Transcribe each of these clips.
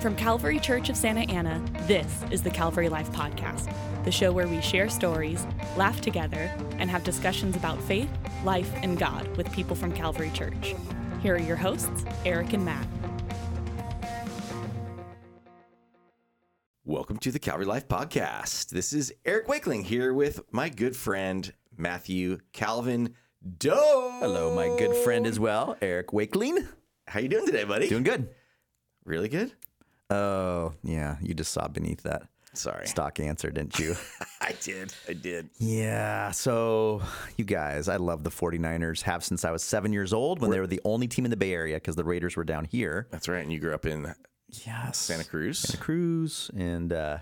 From Calvary Church of Santa Ana, this is the Calvary Life Podcast, the show where we share stories, laugh together, and have discussions about faith, life, and God with people from Calvary Church. Here are your hosts, Eric and Matt. Welcome to the Calvary Life Podcast. This is Eric Wakeling here with my good friend Matthew Calvin Doe. Hello, my good friend as well, Eric Wakeling. How you doing today, buddy? Doing good. really good. Oh, yeah. You just saw beneath that Sorry, stock answer, didn't you? I did. I did. yeah. So, you guys, I love the 49ers, have since I was seven years old when they were the only team in the Bay Area because the Raiders were down here. That's right. And you grew up in Yes. Santa Cruz. Cruz. And, uh,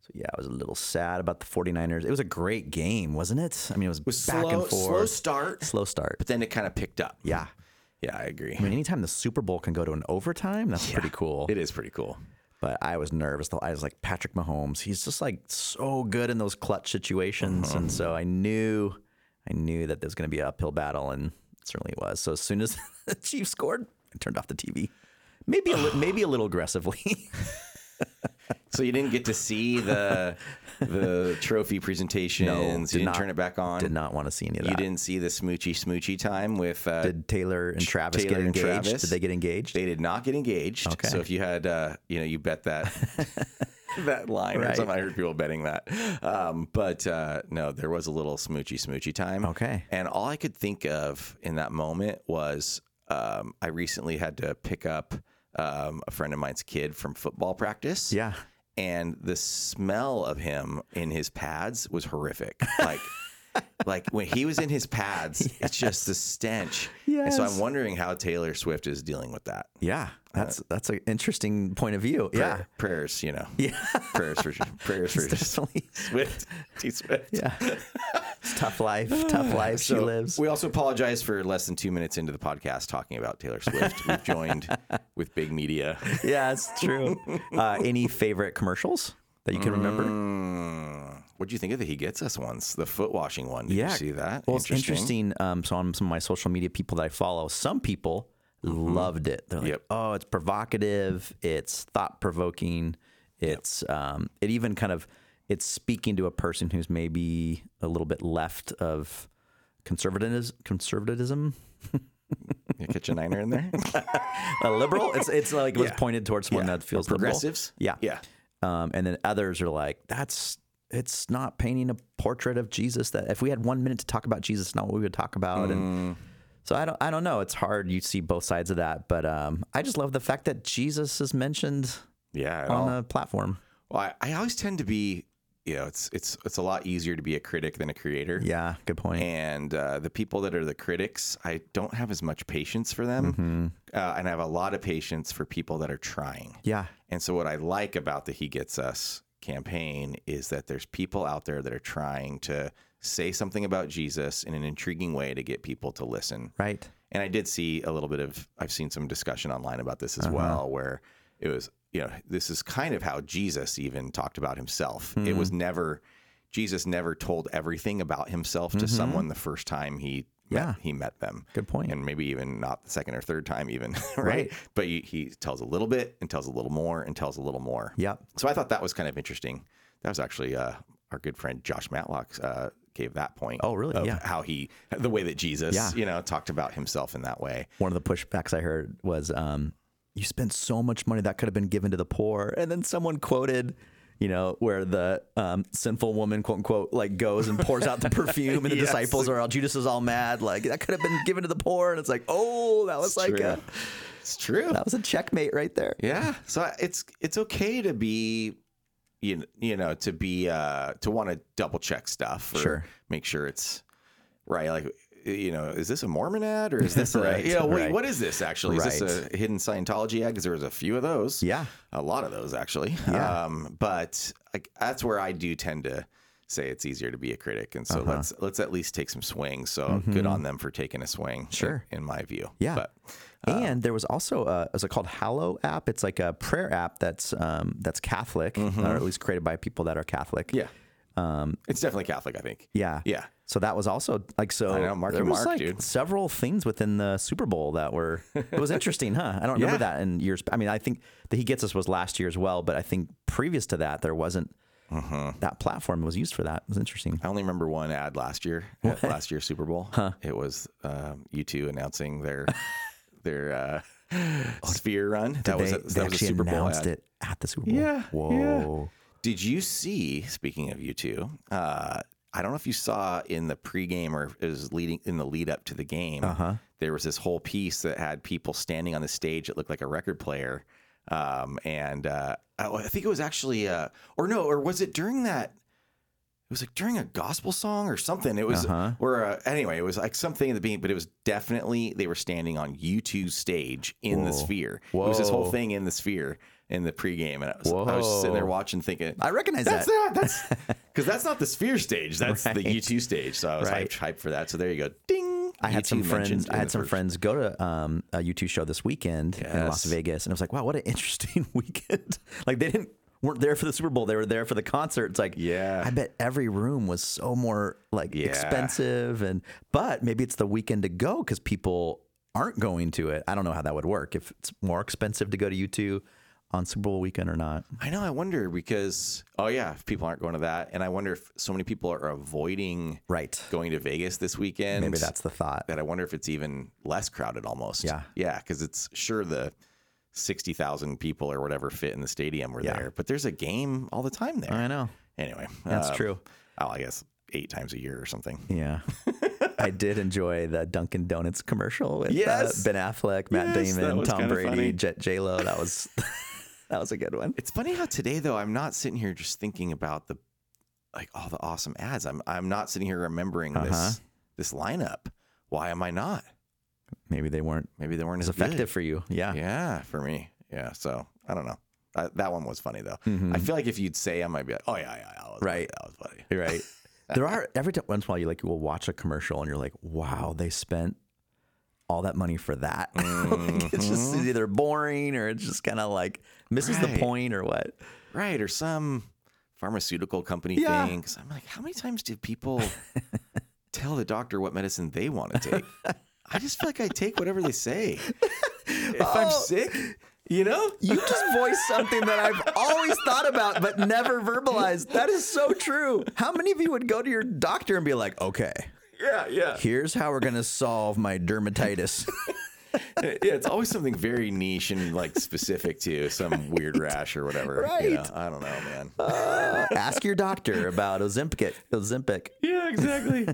so yeah, I was a little sad about the 49ers. It was a great game, wasn't it? I mean, it was, was back slow, and forth. slow start, Slow start. but then it kind of picked up. yeah. yeah, I agree. I mean, anytime the Super Bowl can go to an overtime, that's pretty cool. It is pretty cool. But I was nervous. though. I was like, Patrick Mahomes, he's just like so good in those clutch situations. Uh-huh. And so I knew, I knew that there was going to be an uphill battle, and it certainly was. So as soon as the Chiefs scored, I turned off the TV. Maybe a li- maybe a little aggressively. So you didn't get to see the the trophy presentations. you didn't did not- turn it back on. Did not want to see any of that. You didn't see the smoochy smoochy time with uh, Did Taylor and Travis Taylor get and engaged? Travis. Did they get engaged? They did not get engaged. Okay. So if you had, uh, you know, you bet that that line or Right. something. I heard people betting that. Um, but uh, no, there was a little smoochy smoochy time. okay. And all I could think of in that moment was um, I recently had to pick up um, a friend of mine's kid from football practice. Yeah. And the smell of him in his pads was horrific. Like. Like when he was in his pads, it's just the stench. And so Yes. I'm wondering how Taylor Swift is dealing with that Yeah. uh, That's that's an interesting point of view. Yeah. prayer- prayers, you know. Yeah. prayers for prayers for Definitely. Swift. T Swift. Yeah. it's tough life. Tough life she So, lives. We also apologize for less than two minutes into the podcast talking about Taylor Swift. We've joined with big media. yeah, it's true. uh, any favorite commercials that you can remember? Mm, Uh, What do you think of the He Gets Us ones? The foot washing one. Did you see that? Well, it's interesting. Um, so on some of my social media people that I follow, some people loved it. They're like, Mm-hmm. Yep. "Oh, it's provocative. It's thought provoking. It's um, it even kind of it's speaking to a person who's maybe a little bit left of conservatism. Conservatism." You catch a niner in there? A liberal. It's it's like it was Yeah. pointed towards someone Yeah. that feels liberal. Progressives? Yeah. Yeah. Um, and then others are like, that's it's not painting a portrait of Jesus. That if we had one minute to talk about Jesus, not what we would talk about. And so I don't I don't know. It's hard. You see both sides of that, but um, I just love the fact that Jesus is mentioned Yeah. at all. on the platform. Well, I, I always tend to be, you know, it's it's it's a lot easier to be a critic than a creator. Yeah, good point. and uh, the people that are the critics, I don't have as much patience for them, uh, and I have a lot of patience for people that are trying. yeah, And so, what I like about the He Gets Us campaign is that there's people out there that are trying to say something about Jesus in an intriguing way to get people to listen. right. And I did see a little bit of, I've seen some discussion online about this as Uh-huh. well, where it was, you know, this is kind of how Jesus even talked about himself. It was Hmm. never, Jesus never told everything about himself to someone the first time he. Mm-hmm. Yeah. Met, he met them. Good point. And maybe even not the second or third time, even. Right. Right. But he, he tells a little bit and tells a little more and tells a little more. Yep. So I thought that was kind of interesting. That was actually uh, our good friend Josh Matlock uh, gave that point. Oh, really? of Yeah. How he, the way that Jesus, Yeah. you know, talked about himself in that way. One of the pushbacks I heard was, um, "You spent so much money that could have been given to the poor," and then someone quoted. You know where the um, sinful woman, quote unquote, like goes and pours out the perfume, and the Yes. disciples are all Judas is all mad, like that could have been given to the poor, and it's like, oh, that was like true. a, It's true. that was a checkmate right there. Yeah. So I- it's it's okay to be, you know, you know to be uh to want to double check stuff or Sure. make sure it's right. Like you know, is this a Mormon ad or is this a Right, you know, wait, right. what is this actually? Is this Right. a hidden Scientology ad? Because there was a few of those. Yeah. a lot of those actually. Yeah. Um, but like that's where I do tend to say it's easier to be a critic, and so Uh-huh. let's let's at least take some swings. So good on them for taking a swing. Mm-hmm. Sure. in, in my view. Yeah. But uh, and there was also a, is it called Hallow app? It's like a prayer app that's um, that's Catholic, or at least created by people that are Catholic. Mm-hmm. Yeah. it's definitely Catholic, I think. Yeah. Yeah. So that was also like so. I know, mark there your was mark, like dude. several things within the Super Bowl that were. It was interesting, huh? I don't remember Yeah. that in years. I mean, I think the He Gets Us was last year as well, but I think previous to that there wasn't Mm-hmm. that platform was used for that. It was interesting. I only remember one ad last year, at last year's Super Bowl. It was um, U2 announcing their their uh, sphere run. that was Oh, they, a, that they was a actually Super Bowl announced ad. it at the Super Bowl. Yeah, yeah. Whoa. Did you see? Speaking of U2, uh, I don't know if you saw in the pregame or it was leading in the lead up to the game. Uh-huh. There was this whole piece that had people standing on the stage that looked like a record player, um, and uh, I I think it was actually, uh, or no, or was it during that? it was like during a gospel song or something. It was or uh, anyway, it was like something in the beginning, but it was definitely they were standing on U2's stage in the sphere. It was this whole Whoa. thing in the sphere in the pregame, and I was, I was just sitting there Whoa. watching, thinking, I recognize that's that. not that's because that's not the sphere stage. That's the Right. U2 stage. So I was Right. hyped, hyped for that. So there you go, ding. I had U2 some friends. E mentioned I in had the some first- friends go to um, a U2 show this weekend in Las Yes. Vegas, and I was like, "Wow, what an interesting weekend!" like they didn't weren't there for the Super Bowl; they were there for the concert. It's like, Yeah. I bet every room was so more like Yeah. expensive, and but maybe it's the weekend to go because people aren't going to it. I don't know how that would work if it's more expensive to go to U2 on Super Bowl weekend or not. I know. I wonder because oh yeah, if people aren't going to that, and I wonder if so many people are avoiding Right? going to Vegas this weekend. Maybe that's the thought. that I wonder if it's even less crowded almost. Yeah. Yeah. Cause it's sure the 60,000 people or whatever fit in the stadium were Yeah. there, but there's a game all the time there. I know. Anyway, That's um, true. Oh, I guess eight times a year or something. Yeah. I did enjoy the Dunkin' Donuts commercial with Yes. uh, Ben Affleck, Matt Yes, that Damon, was Tom kinda funny. Brady, Jet J Lo. That was that was a good one. It's funny how today though, I'm not sitting here just thinking about the, like all the awesome ads. I'm, I'm not sitting here remembering Uh-huh. this, this lineup. Why am I not? Maybe they weren't Maybe they weren't as as, good. effective for you. Yeah. Yeah. For me. Yeah. So I don't know. I, that one was funny though. I feel like if you'd say, I might be like, oh yeah, yeah, yeah that was- Mm-hmm. Right. That was funny. You're right. there are every time once in a while you like you will watch a commercial and you're like, wow, they spent all that money for that. like, it's just it's either boring or it's just kind of like misses Right. the point or what. Right, or some pharmaceutical company Yeah. thing. Because I'm like, how many times did people tell the doctor what medicine they want to take? I just feel like I take whatever they say. If I'm Oh. sick, you know? You just voiced something that I've always thought about but never verbalized. That is so true. How many of you would go to your doctor and be like, okay, Yeah, yeah. here's how we're going to solve my dermatitis? Yeah, it's always something very niche and like specific to some weird rash or whatever. You know? Right. I don't know, man. Uh, ask your doctor about Ozempic. Ozempic. yeah, exactly.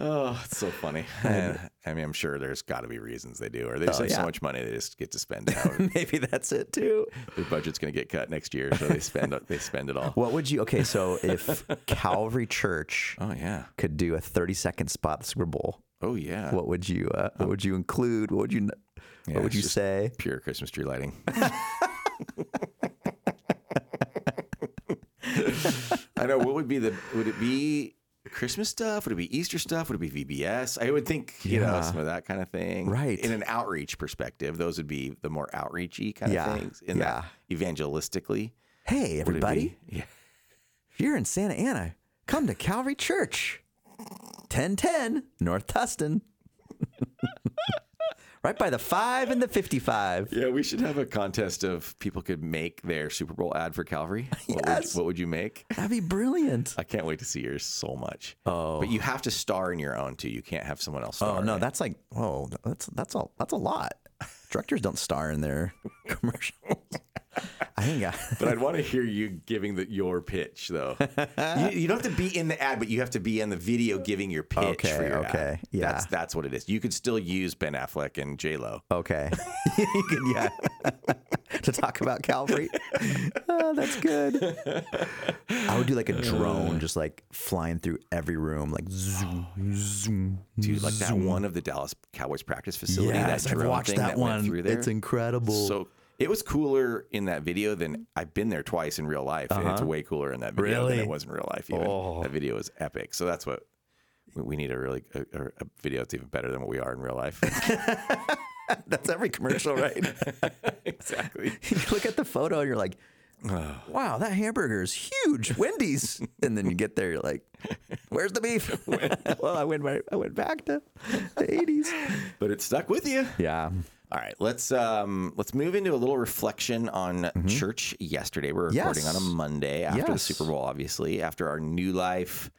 oh, it's so funny. And, I mean, I'm sure there's got to be reasons they do, or they just have so Oh, yeah. much money they just get to spend. However, Maybe that's it too. their budget's going to get cut next year, so they spend they spend it all. What would you, okay, so if Calvary Church oh yeah. could do a 30 second spot at the Super Bowl, Oh yeah. what would you, uh, what would you include? What would you, what would it's you just- say? Pure Christmas tree lighting. I know. What would be the? Would it be Christmas stuff? Would it be Easter stuff? Would it be VBS? I would think you know Yeah. some of that kind of thing. Right. In an outreach perspective, those would be the more outreachy kind Yeah. of things. In that evangelistically, Hey, would it be- everybody. Yeah. If you're in Santa Ana, come to Calvary Church, 1010 North Tustin. right by the 5 and the 55. Yeah, we should have a contest of people could make their Super Bowl ad for Calvary. What, would, Yes. what would you make? That'd be brilliant. I can't wait to see yours so much. Oh. But you have to star in your own too. You can't have someone else star. Oh no, right? that's like whoa, that's that's all that's a lot. Directors don't star in their commercials. I think I, But I'd want to hear you giving the, your pitch, though. you, you don't have to be in the ad, but you have to be in the video giving your pitch. Okay, for your ad. okay, yeah. That's that's what it is. You could still use Ben Affleck and J Lo. okay. you can, yeah. to talk about Calvary. Oh, that's good. I would do Uh. like a drone just like flying through every room like zoom Oh, zoom Dude, like that one of the Dallas Cowboys practice facility. Yes, that I've drone watched thing went that one. through there. It's incredible. So it was cooler in that video than I've been there twice in real life, and it's way cooler in that video than it Really? was in real life. Even that video is epic. So that's what we- we need a really a, a a video that's even better than what we are in real life. That's every commercial, right? exactly. you look at the photo and you're like, wow, that hamburger is huge. Wendy's. and then you get there, you're like, where's the beef? well, I went, my, I went back to the 80s. but it stuck with you. Yeah. All right, let's um, let's move into a little reflection on church yesterday. We're recording Mm-hmm. on Yes. a Monday after the Yes. Super Bowl, obviously, after our New Life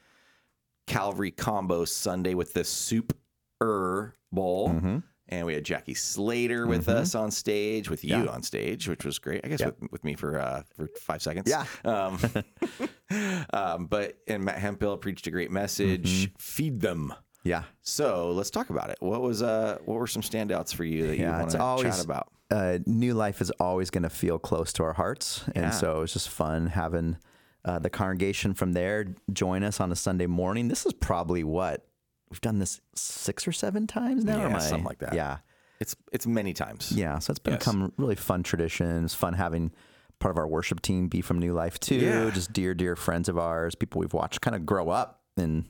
Calvary combo Sunday with the Soup Er Bowl. Mm-hmm. And we had Jackie Slater with us on stage, with you on stage, which was great. I guess with, with me for uh, for five seconds. Yeah. Um, um, but and Matt Hempill preached a great Mm-hmm. message. Feed them. Yeah. So let's talk about it. What was uh what were some standouts for you that Yeah, you want it's to always- chat about? uh, new life is always going to feel close to our hearts, Yeah. and so it was just fun having uh, the congregation from there join us on a Sunday morning. This is probably what we've done this six or seven times now, or Yeah, am I- something like that. Yeah, It's it's many times. yeah. So it's Yes. become a really fun tradition. It's fun having part of our worship team be from New Life too. Yeah. Just dear, dear friends of ours, people we've watched kind of grow up, and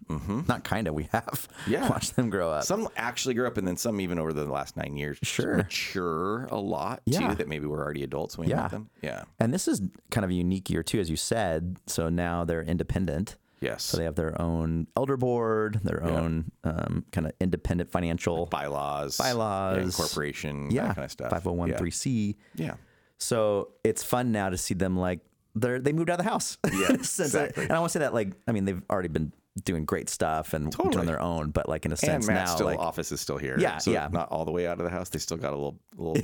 not kind of we have Mm-hmm. Yeah. watched them grow up. Some actually grew up, and then some even over the last nine years Sure. mature a lot Yeah. too. That maybe we're already adults when we Yeah. met them. Yeah. and this is kind of a unique year too, as you said. So now they're independent. Yes. So they have their own elder board, their own um, kind of independent financial bylaws, Bylaws. yeah, corporation, yeah, that kind of stuff. five hundred one yeah. three C. Yeah. So it's fun now to see them like they're they moved out of the house. Yeah, exactly. and I want to say that like I mean they've already been doing great stuff and Totally. doing their own, but like in a And sense Matt's now still like office is still here. Yeah, So yeah. Not all the way out of the house. They still got a little little.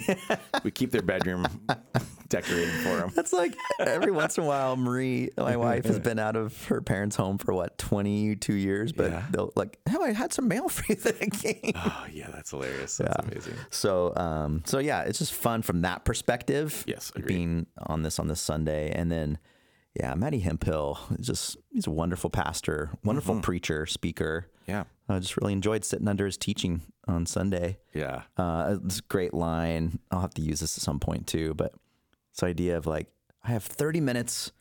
we keep their bedroom decorated for them. That's like every once in a while, Marie, my wife, has been out of her parents' home for what twenty two years, but they'll like, "Oh, I had some mail for you that I gave." Oh yeah, that's hilarious. That's amazing. So, um, so yeah, it's just fun from that perspective. Yes, agreed. being on this on this Sunday, and then yeah, Matty Hempill, is just he's a wonderful pastor, wonderful preacher, speaker. Mm-hmm. Yeah. I just really enjoyed sitting under his teaching on Sunday. Yeah. Uh, this great line. I'll have to use this at some point too, but this idea of like, I have 30 minutes,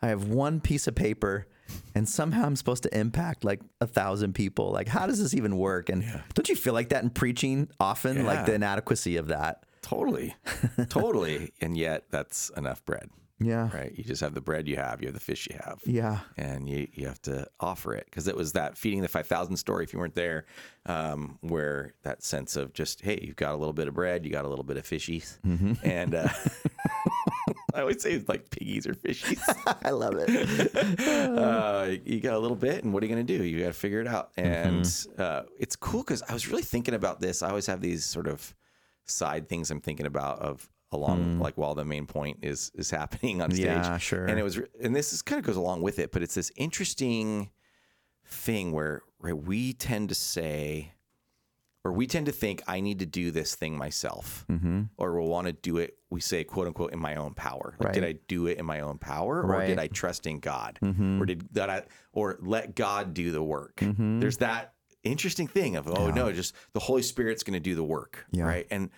I have one piece of paper, and somehow I'm supposed to impact like a thousand people. Like, how does this even work? And don't you feel like that in preaching often? Yeah. Like the inadequacy of that. Totally. totally. And yet that's enough bread. Yeah. Right. You just have the bread you have, you have the fish you have. Yeah. And you, you have to offer it because it was that feeding the 5,000 story, if you weren't there, um, where that sense of just, hey, you've got a little bit of bread, you got a little bit of fishies. And uh, I always say it's like piggies or fishies. I love it. uh, you got a little bit, and what are you going to do? You got to figure it out. Mm-hmm. And uh, it's cool because I was really thinking about this. I always have these sort of side things I'm thinking about of along like while the main point is is happening on stage. Mm. Yeah, sure. And it was, re- and this is kind of goes along with it, but it's this interesting thing where right, we tend to say. Or we tend to think I need to do this thing myself, Mm-hmm. or we'll want to do it. We say, "quote unquote," in my own power. Like, Did I Right. do it in my own power, or did Right. Mm-hmm. I trust in God, or did that I or let God do the work? There's that interesting thing of oh no, just the Holy Spirit's going to do the work, Yeah. right? And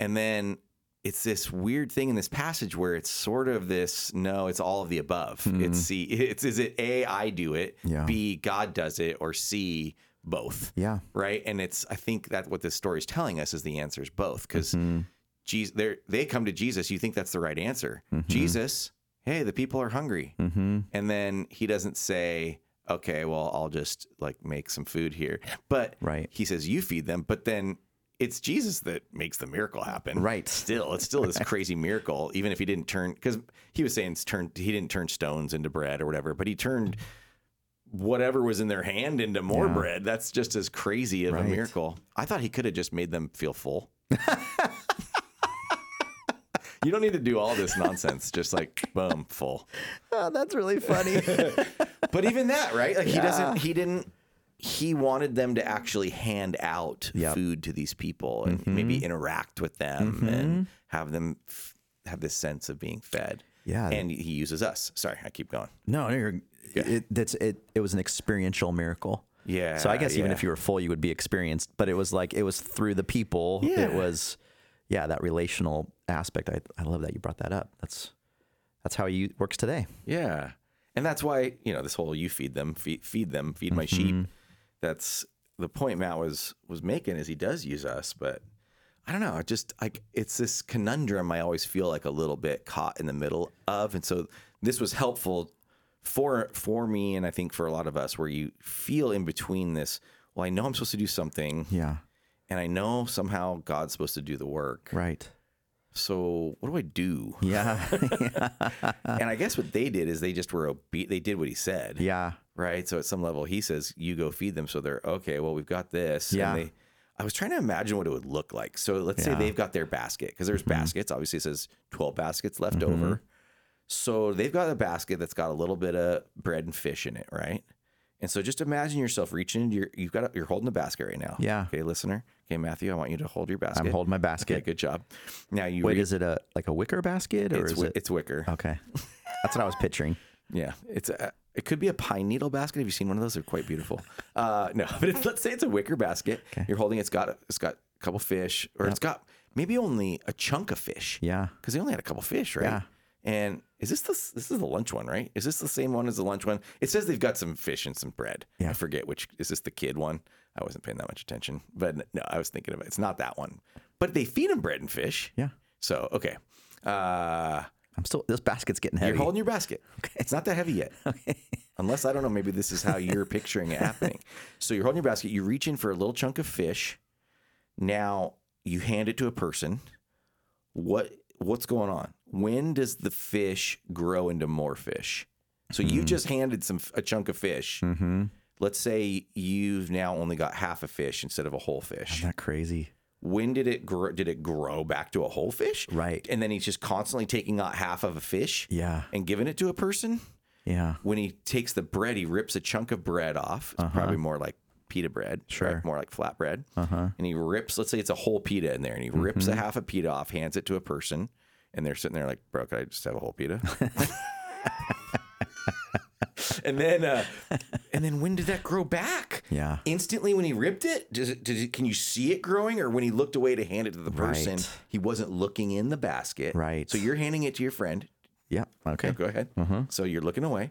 and then it's this weird thing in this passage where it's sort of this no, it's all of the above. It's C, it's is it A I do it, Mm-hmm. Yeah. B God does it, or C both Yeah. right and it's i think that what this story is telling us is the answer is both because Mm-hmm. jesus they they come to jesus you think that's the right answer jesus hey the people are hungry Mm-hmm. and then he doesn't say okay well i'll just like make some food here but Right. he says you feed them but then it's jesus that makes the miracle happen Right. still it's still this crazy miracle even if he didn't turn because he was saying it's turned he didn't turn stones into bread or whatever but he turned whatever was in their hand into more bread that's just as crazy of a Right. miracle i thought he could have just made them feel full you don't need to do all this nonsense just like boom full Oh, that's really funny. but even that, right? Like he doesn't. He didn't. He wanted them to actually hand out Yep. Mm-hmm. food to these people and maybe interact with them and have them f- have this sense of being fed. Yeah. and he uses us. Sorry, I keep going. no, you're, it, that's it. It was an experiential miracle. Yeah. So I guess even yeah. if you were full, you would be experienced. But it was like it was through the people. Yeah. It was, yeah, that relational aspect. I, I love that you brought that up. That's that's how you works today. Yeah. And that's why, you know, this whole you feed them, feed, feed them, feed Mm-hmm. my sheep. That's the point Matt was was making is he does use us, but I don't know. I just like it's this conundrum I always feel like a little bit caught in the middle of, and so this was helpful for for me, and I think for a lot of us, where you feel in between this. Well, I know I'm supposed to do something, Yeah. and I know somehow God's supposed to do the work. Right. So what do I do? Yeah. and I guess what they did is they just were obe- they did what he said. yeah. Right. So at some level, he says, "You go feed them." So they're okay. Well, we've got this. Yeah. And they, I was trying to imagine what it would look like. So let's Yeah. Mm-hmm. say they've got their basket because there's baskets. Obviously, it says twelve baskets left over. So they've got a basket that's got a little bit of bread and fish in it, right? And so just imagine yourself reaching into your you've got a, you're holding a basket right now. Yeah. Okay, listener. Okay, Matthew, I want you to hold your basket. I'm holding my Okay, basket. good job. Now you Wait, reach- is it a like a wicker basket or it's, is wi- it? it's wicker. okay. That's what I was picturing. Yeah, it's a, it could be a pine needle basket. Have you seen one of those? They're quite beautiful. Uh, no, but if, let's say it's a wicker basket. You're holding. It's got it's got a couple fish, or it's got maybe only a chunk of fish. Yeah. because they only had a couple fish, right? Yeah. And is this the s- this is the lunch one, right? Is this the same one as the lunch one? It says they've got some fish and some bread. Yeah. I forget which. Is this the kid one? I wasn't paying that much attention, but no, I was thinking of it. It's not that one. But they feed them bread and fish. Yeah. So okay. Uh, I'm still. This basket's getting heavy. you're holding your basket. It's not that heavy yet. Unless I don't know, maybe this is how you're picturing it happening. So you're holding your basket, you reach in for a little chunk of fish. Now you hand it to a person. What what's going on? When does the fish grow into more fish? So you just handed some a chunk of fish. mm-hmm. Let's say you've now only got half a fish instead of a whole fish. Isn't that crazy? When did it grow? Did it grow back to a whole fish? Right. And then he's just constantly taking out half of a fish Yeah. and giving it to a person. Yeah. When he takes the bread, he rips a chunk of bread off. It's probably more like pita bread, Uh-huh. Sure. More like flat bread. Uh-huh. Mm-hmm. And he rips, let's say it's a whole pita in there, and he rips a half a pita off, hands it to a person, and they're sitting there like, bro, could I just have a whole pita? and then, uh, and then when did that grow back? Yeah. Instantly when he ripped it, does it, did it, can you see it growing? Or when he looked away to hand it to the person, Right. he wasn't looking in the basket. Right. So you're handing it to your friend. Yeah. Okay. Yeah, go ahead. So you're looking away.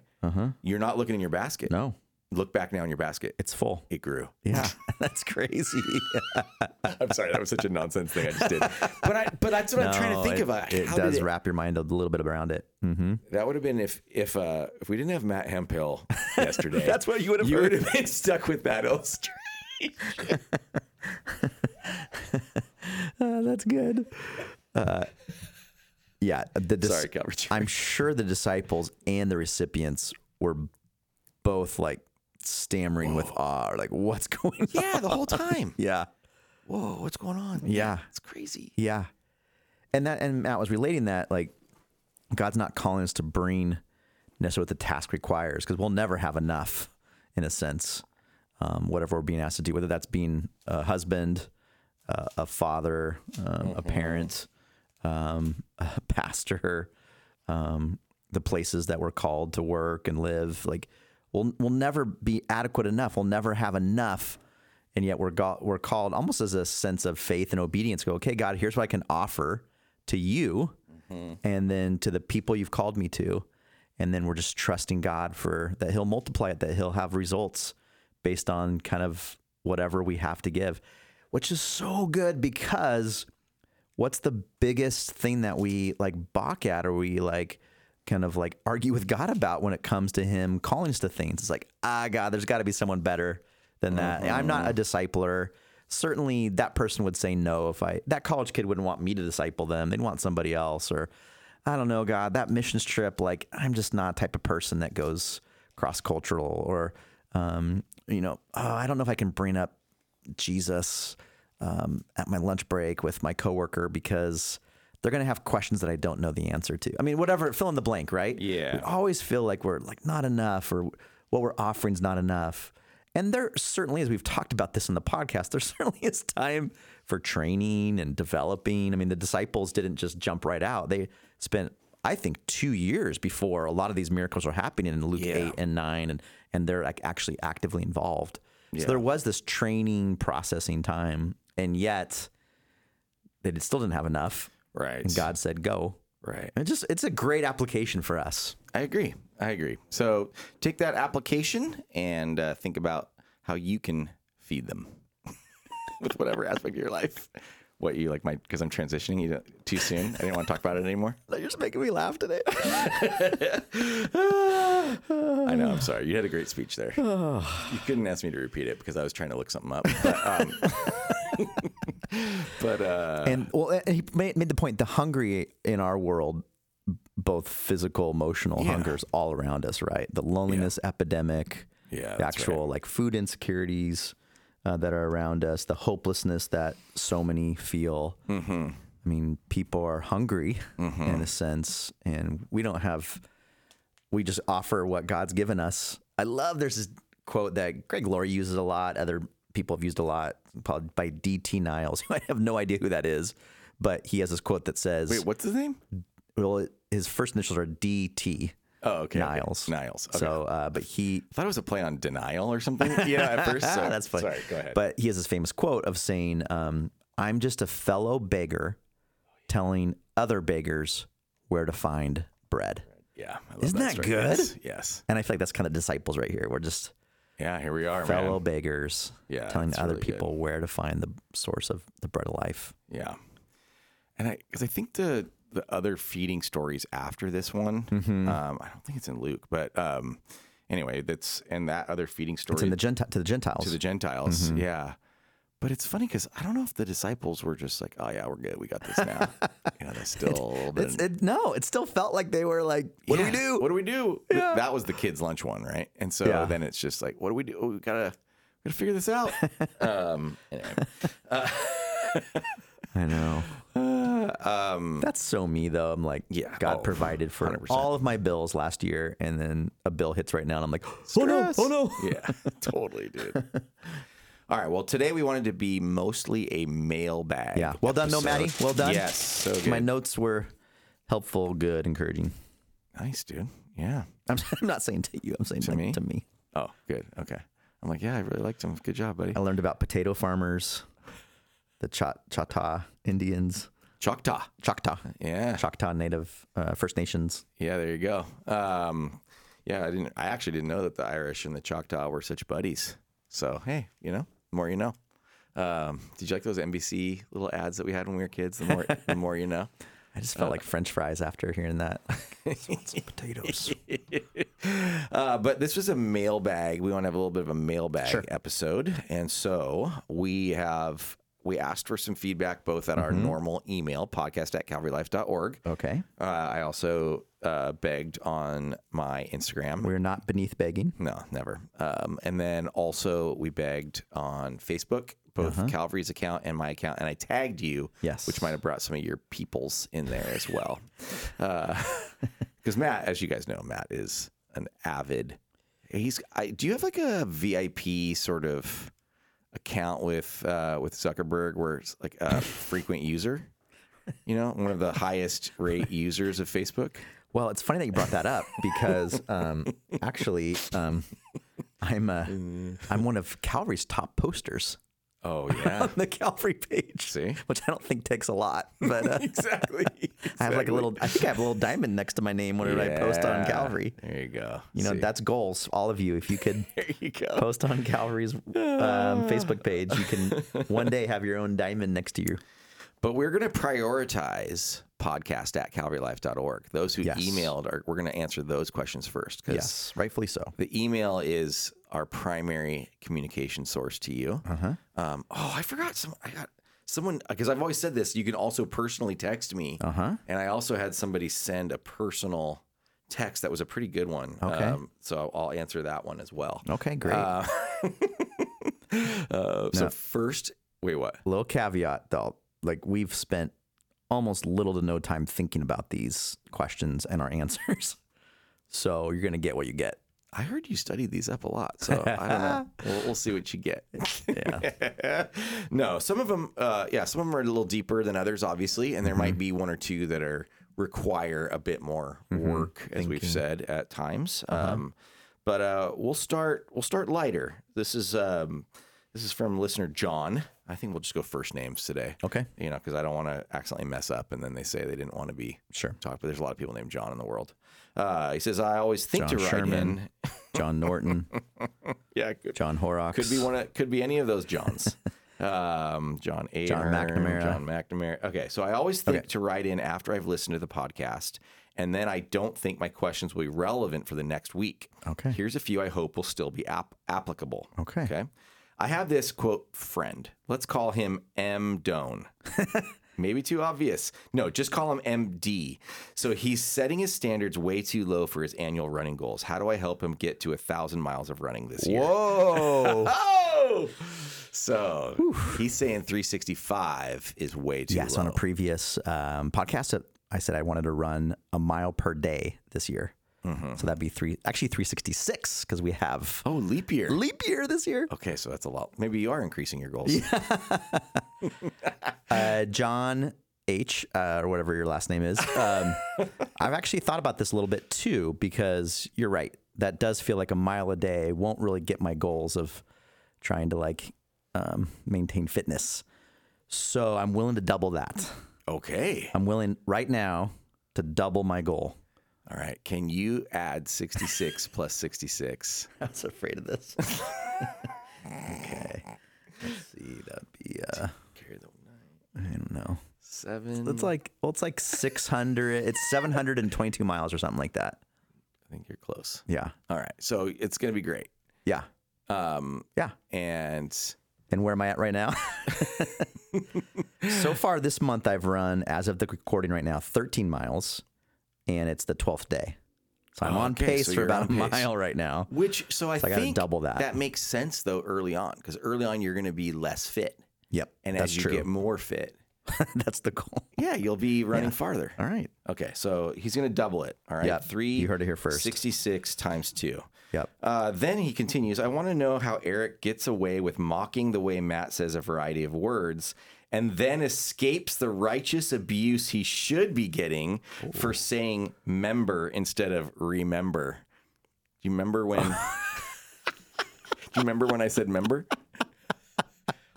You're not looking in your basket. Mm-hmm. No, Look back now in your basket. it's full. It grew. Yeah. That's crazy. I'm sorry, that was such a nonsense thing I just did. But I, but that's what I'm trying to No, think Oh, it, of. Uh, It how did does wrap your mind a little bit around it. Mm-hmm. That would have been if if uh, if we didn't have Matt Hemphill yesterday. That's what you would have you heard. would have been stuck with that illustration. Uh, that's good. Uh, yeah. The dis- Sorry, Calvert. I'm sure the disciples and the recipients were both like stammering with awe, or like, what's going on? Yeah, the whole time. Yeah. Whoa, what's going on? Yeah. it's crazy. Yeah. And that and Matt was relating that like God's not calling us to bring necessarily what the task requires because we'll never have enough in a sense. Um, whatever we're being asked to do, whether that's being a husband, uh, a father, um, a parent, um, a pastor, um, the places that we're called to work and live, like we'll we'll never be adequate enough. We'll never have enough, and yet we're go- we're called almost as a sense of faith and obedience. Go, okay, God, here's what I can offer to you, and then to the people you've called me to, and then we're just trusting God for that He'll multiply it, that He'll have results based on kind of whatever we have to give, which is so good because what's the biggest thing that we like balk at or we like kind of like argue with God about when it comes to him calling us to things? It's like, ah, God, there's got to be someone better than that. And I'm not a discipler. Certainly that person would say no if I, that college kid wouldn't want me to disciple them. They'd want somebody else or, I don't know, God, that missions trip, like I'm just not a type of person that goes cross cultural or, um, you know, oh, I don't know if I can bring up Jesus um, at my lunch break with my coworker because they're going to have questions that I don't know the answer to. I mean, whatever, fill in the blank, right? Yeah. We always feel like we're like not enough or what we're offering is not enough. And there certainly, as we've talked about this in the podcast, there certainly is time for training and developing. I mean, the disciples didn't just jump right out. They spent, I think, two years before a lot of these miracles were happening in Luke Yeah. 8 and 9, and, and they're like actually actively involved. So there was this training processing time, and yet they did- still didn't have enough. Right. And God said, "Go." Right. And It just it's a great application for us. I agree. I agree. So take that application and uh, think about how you can feed them with whatever aspect of your life. What you like my because I'm transitioning you to, too soon. I didn't want to talk about it anymore. You're just making me laugh today. I know. I'm sorry. You had a great speech there. you couldn't ask me to repeat it because I was trying to look something up. But, um, but uh, and well, and he made, made the point: the hungry in our world, both physical, emotional hungers all around us, right? The loneliness epidemic, Yeah, the that's actual right. like food insecurities uh, that are around us, the hopelessness that so many feel. Mm-hmm. I mean, people are hungry Mm-hmm. in a sense, and we don't have. We just offer what God's given us. I love there's this quote that Greg Laurie uses a lot. Other people have used a lot called by D.T. Niles. I have no idea who that is, but he has this quote that says, wait, what's his name? "Well, his first initials are D.T." Oh, okay. okay. Niles. Niles. Okay. So, uh, but he ah, I thought it was a play on denial or something. Yeah, at first. so- that's funny. Sorry, go ahead. But he has this famous quote of saying, um, "I'm just a fellow beggar, telling other beggars where to find bread." yeah, I love Isn't that story. good? Yes, yes. And I feel like that's kind of disciples right here. We're just Yeah, here we are, fellow man. beggars, Yeah, telling that's other really good. people where to find the source of the bread of life. Yeah, and I because I think the the other feeding stories after this one, Mm-hmm. um, I don't think it's in Luke, but um, anyway, that's and that other feeding story It's in the Gentile to the Gentiles. Mm-hmm. to the Gentiles. Yeah. But it's funny because I don't know if the disciples were just like, oh, yeah, we're good. We got this now. you know, that's still a little bit. it's, it, no, it still felt like they were like, "What do we Yeah, do?" What do we do? Th- That was the kids' lunch one, right? And so Yeah. then it's just like, what do we do? We gotta, we gotta figure this out. um, anyway. I know. um, That's so me though. I'm like, Yeah. God Oh, provided for 100%. all of my bills last year, and then a bill hits right now, and I'm like, oh no, Stress. oh no. yeah, totally, dude. All right. Well, today we wanted to be mostly a mailbag. Yeah. Well done, though, episode. Maddie. Well done. Yes. So good. My notes were helpful, good, encouraging. nice, dude. Yeah. I'm, I'm not saying to you. I'm saying to, like, me? to me. Oh, good. Okay. I'm like, yeah, I really liked him. Good job, buddy. I learned about potato farmers, the Cha- Chata Indians, Choctaw. Choctaw, Yeah. Choctaw Native uh, First Nations. Yeah, there you go. Um, yeah, I didn't. I actually didn't know that the Irish and the Choctaw were such buddies. So hey, you know, the more you know. Um, did you like those NBC little ads that we had when we were kids? The more, the more you know. I just felt like French fries after hearing that. Just want some potatoes. Uh, but this was a mailbag. We want to have a little bit of a mailbag episode, and so we have we asked for some feedback both at our normal email podcast at calvarylife.org. Okay. Uh, I also uh, begged on my Instagram. We're not beneath begging. No, never. Um, and then also we begged on Facebook, both Calvary's account and my account, and I tagged you, Yes. which might have brought some of your peoples in there as well, because Matt, as you guys know, Matt is an avid. He's. I, do you have like a VIP sort of account with uh, with Zuckerberg where it's like a frequent user? You know, one of the highest rate users of Facebook. Well, it's funny that you brought that up because um, actually, um, I'm uh, I'm one of Calvary's top posters Oh yeah. on the Calvary page, See? which I don't think takes a lot. But uh, Exactly. I have like a Exactly. little, I think I have a little diamond next to my name whenever I post on Yeah. Calvary. There you go. You know, See, that's goals. All of you, if you could there you go. post on Calvary's um, Facebook page, you can one day have your own diamond next to you. But we're going to prioritize podcast at calvarylife.org. Those who Yes. emailed are we're going to answer those questions first because Yes, rightfully so. the email is our primary communication source to you. Uh-huh. Um, oh, I forgot some. I got someone because I've always said this. You can also personally text me, Oh. uh-huh. and I also had somebody send a personal text that was a pretty good one. Um, Okay. so I'll answer that one as well. Okay, great. Uh, So first, wait, what? little caveat though like we've spent almost little to no time thinking about these questions and our answers so you're gonna get what you get I heard you studied these up a lot, so I don't know. We'll, we'll see what you get. Yeah. no, some of them, uh, yeah, some of them are a little deeper than others, obviously, and there might be one or two that are require a bit more work, as we've said at times. Um, but uh, we'll start. We'll start lighter. This is um, this is from listener John. I think we'll just go first names today. okay You know, because I don't want to accidentally mess up, and then they say they didn't want to be Sure. talked. But there's a lot of people named John in the world. Uh, he says I always think to John write Sherman. in john norton yeah, could, john horrocks could be one. Of, could be any of those Johns. Um, John Ahern, John McNamara. John McNamara. Okay, so I always think to write in after I've listened to the podcast, and then I don't think my questions will be relevant for the next week. Okay. Here's a few I hope will still be ap- applicable. Okay. Okay. I have this quote friend. Let's call him M. Doan. Maybe too obvious. No, just call him MD. So he's setting his standards way too low for his annual running goals. How do I help him get to a thousand miles of running this year? Whoa. Oh, so he's saying 365 is way too yes, low. on a previous um, podcast, uh, I said I wanted to run a mile per day this year. So that'd be three, actually 366, because we have Mm-hmm. oh, leap year. leap year this year. okay, so that's a lot. Maybe you are increasing your goals. Uh, John H, uh, or whatever your last name is. Um, I've actually thought about this a little bit too, because you're right. That does feel like a mile a day won't really get my goals of trying to like um, maintain fitness. So I'm willing to double that. Okay. I'm willing right now to double my goal. All right. Can you add 66 plus 66? I was afraid of this. okay. Let's see. That'd be, uh, Carry the Hmm. nine, I don't know. seven. It's like, well, it's like 600, it's 722 miles or something like that. I think you're close. Yeah. All right. So it's going to be great. Yeah. Um, Yeah. and And where am I at right now? so far this month, I've run, as of the recording right now, 13 miles, and it's the 12th day. So I'm on Okay, pace so for you're about a on pace. mile right now. which, so I So I gotta think double that. that makes sense though early on because early on you're going to be less fit. Yep. And that's as you true. get more fit, that's the goal. yeah, you'll be running farther. All right. Okay, so he's going to double it. All right, Yeah, three. you heard it here first. Sixty-six times two. Yep. Uh, then he continues. I want to know how Eric gets away with mocking the way Matt says a variety of words, and then escapes the righteous abuse he should be getting for saying "member" instead of "remember." Do you remember when? do you remember when I said "member"?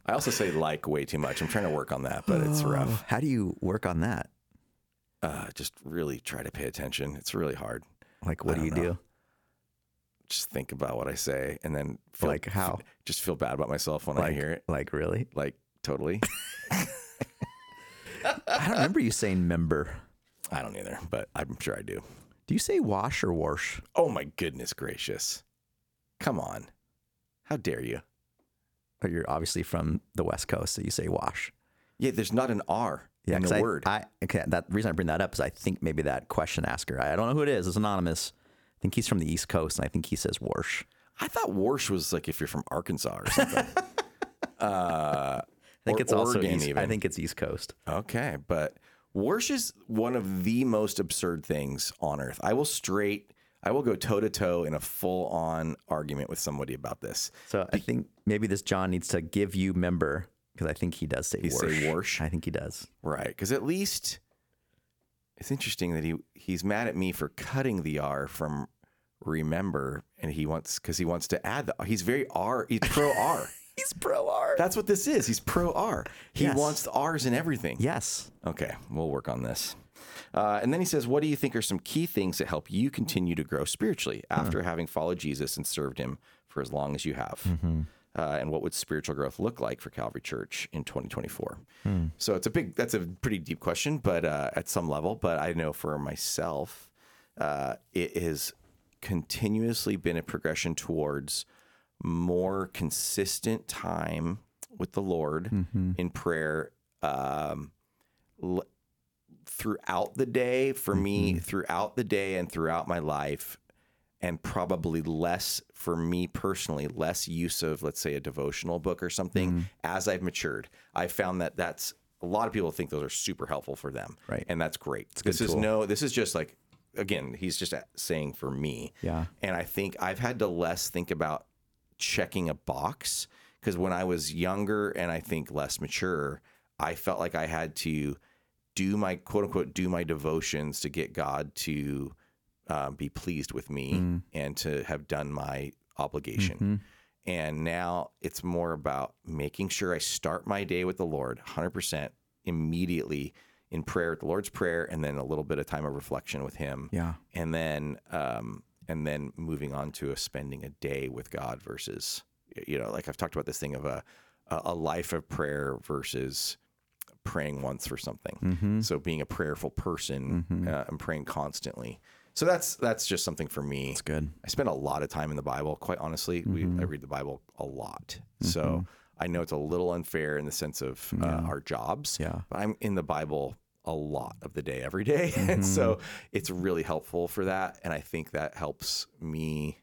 I also say "like" way too much. I'm trying to work on that, but Oh. it's rough How do you work on that? uh, just really try to pay attention. It's really hard. Like, what do you do? Just think about what I say and then feel, Like how? Just feel bad about myself when I Like, hear it. like really? Like totally. I don't remember you saying member. I don't either, but I'm sure I do. Do you say wash or wash? Oh my goodness gracious! Come on, how dare you? Or you're obviously from the West Coast, so you say wash. Yeah, there's not an R in 'cause the I, word. I okay. That the reason I bring that up is I think maybe that question asker. I, I don't know who it is. It's anonymous. I think he's from the East Coast, and I think he says wash. I thought Warsh was like if you're from Arkansas or something. uh, I think it's also Oregon East, even. I think it's East Coast. Okay, but Warsh is one of the most absurd things on earth. I will straight, I will go toe to toe in a full on argument with somebody about this. So I think maybe this John needs to give you member because I think he does say He wash. say wash? I think he does. Right. Because at least it's interesting that he he's mad at me for cutting the R from remember and he wants because he wants to add the he's very R he's pro R. He's pro R. That's what this is. He's pro R. He Yes. wants the R's in everything. Yes. Okay, we'll work on this. Uh, and then he says, What do you think are some key things that help you continue to grow spiritually after having followed Jesus and served him for as long as you have? Uh, and what would spiritual growth look like for Calvary Church in 2024? So it's a big, that's a pretty deep question, but uh, at some level. But I know for myself, uh, it has continuously been a progression towards more consistent time with the Lord in prayer. Um, l- throughout the day for me throughout the day and throughout my life and probably less for me personally less use of let's say a devotional book or something as i've matured i found that that's a lot of people think those are super helpful for them Right. and that's great this is no this is just like again he's just a- saying for me Yeah. and I think I've had to less think about checking a box because when I was younger and I think less mature, I felt like I had to do my quote unquote do my devotions to get God to um, be pleased with me and to have done my obligation. Mm-hmm. And now it's more about making sure I start my day with the Lord 100% immediately in prayer with the Lord's Prayer and then a little bit of time of reflection with Him Yeah. and then um, and then moving on to a spending a day with God versus you know like I've talked about this thing of a a, a life of prayer versus praying once for something. So being a prayerful person uh, and praying constantly. So that's that's just something for me. That's good. I spend a lot of time in the Bible. Quite honestly, Mm-hmm. we, I read the Bible a lot. So I know it's a little unfair in the sense of uh, our jobs. Yeah. but I'm in the Bible a lot of the day every day. and Mm-hmm. so it's really helpful for that. And I think that helps me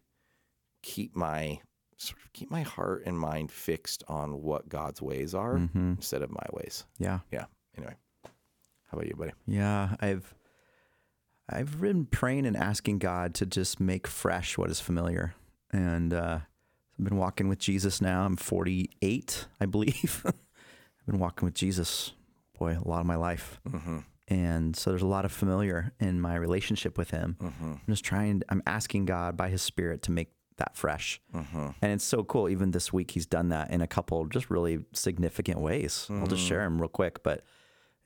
keep my sort of keep my heart and mind fixed on what God's ways are Mm-hmm. instead of my ways. Yeah. Yeah. Anyway, how about you, buddy? Yeah, I've I've been praying and asking God to just make fresh what is familiar, and uh, I've been walking with Jesus now. I'm 48, I believe. I've been walking with Jesus, boy, a lot of my life, and so there's a lot of familiar in my relationship with Him. I'm just trying. I'm asking God by His Spirit to make that fresh, and it's so cool. Even this week, He's done that in a couple just really significant ways. I'll just share them real quick, but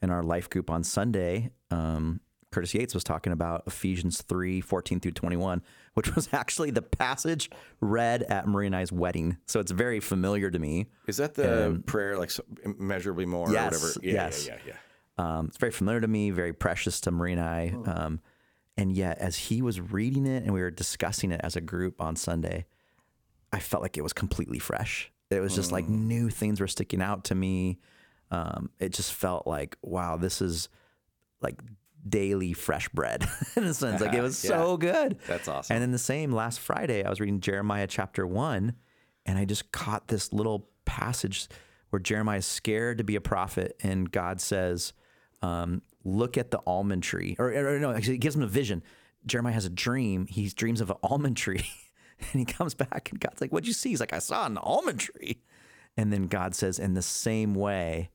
in our life group on Sunday, um, Curtis Yates was talking about Ephesians 3 14 through 21, which was actually the passage read at Marie and I's wedding. So it's very familiar to me. Is that the prayer like so, immeasurably more Um, Yes, or whatever? Yeah, yes. yeah, yeah, yeah. Um, it's very familiar to me, very precious to Marie and I. Um, and yet, as he was reading it and we were discussing it as a group on Sunday, I felt like it was completely fresh. It was just like new things were sticking out to me. Um, it just felt like, wow, this is like daily fresh bread in a sense. Like it was so good. That's awesome. And then the same last Friday, I was reading Jeremiah chapter one, and I just caught this little passage where Jeremiah is scared to be a prophet, and God says, um, "Look at the almond tree," or, or no, actually, he gives him a vision. Jeremiah has a dream. He dreams of an almond tree, and he comes back, and God's like, "What'd you see?" He's like, "I saw an almond tree," and then God says, "In the same way."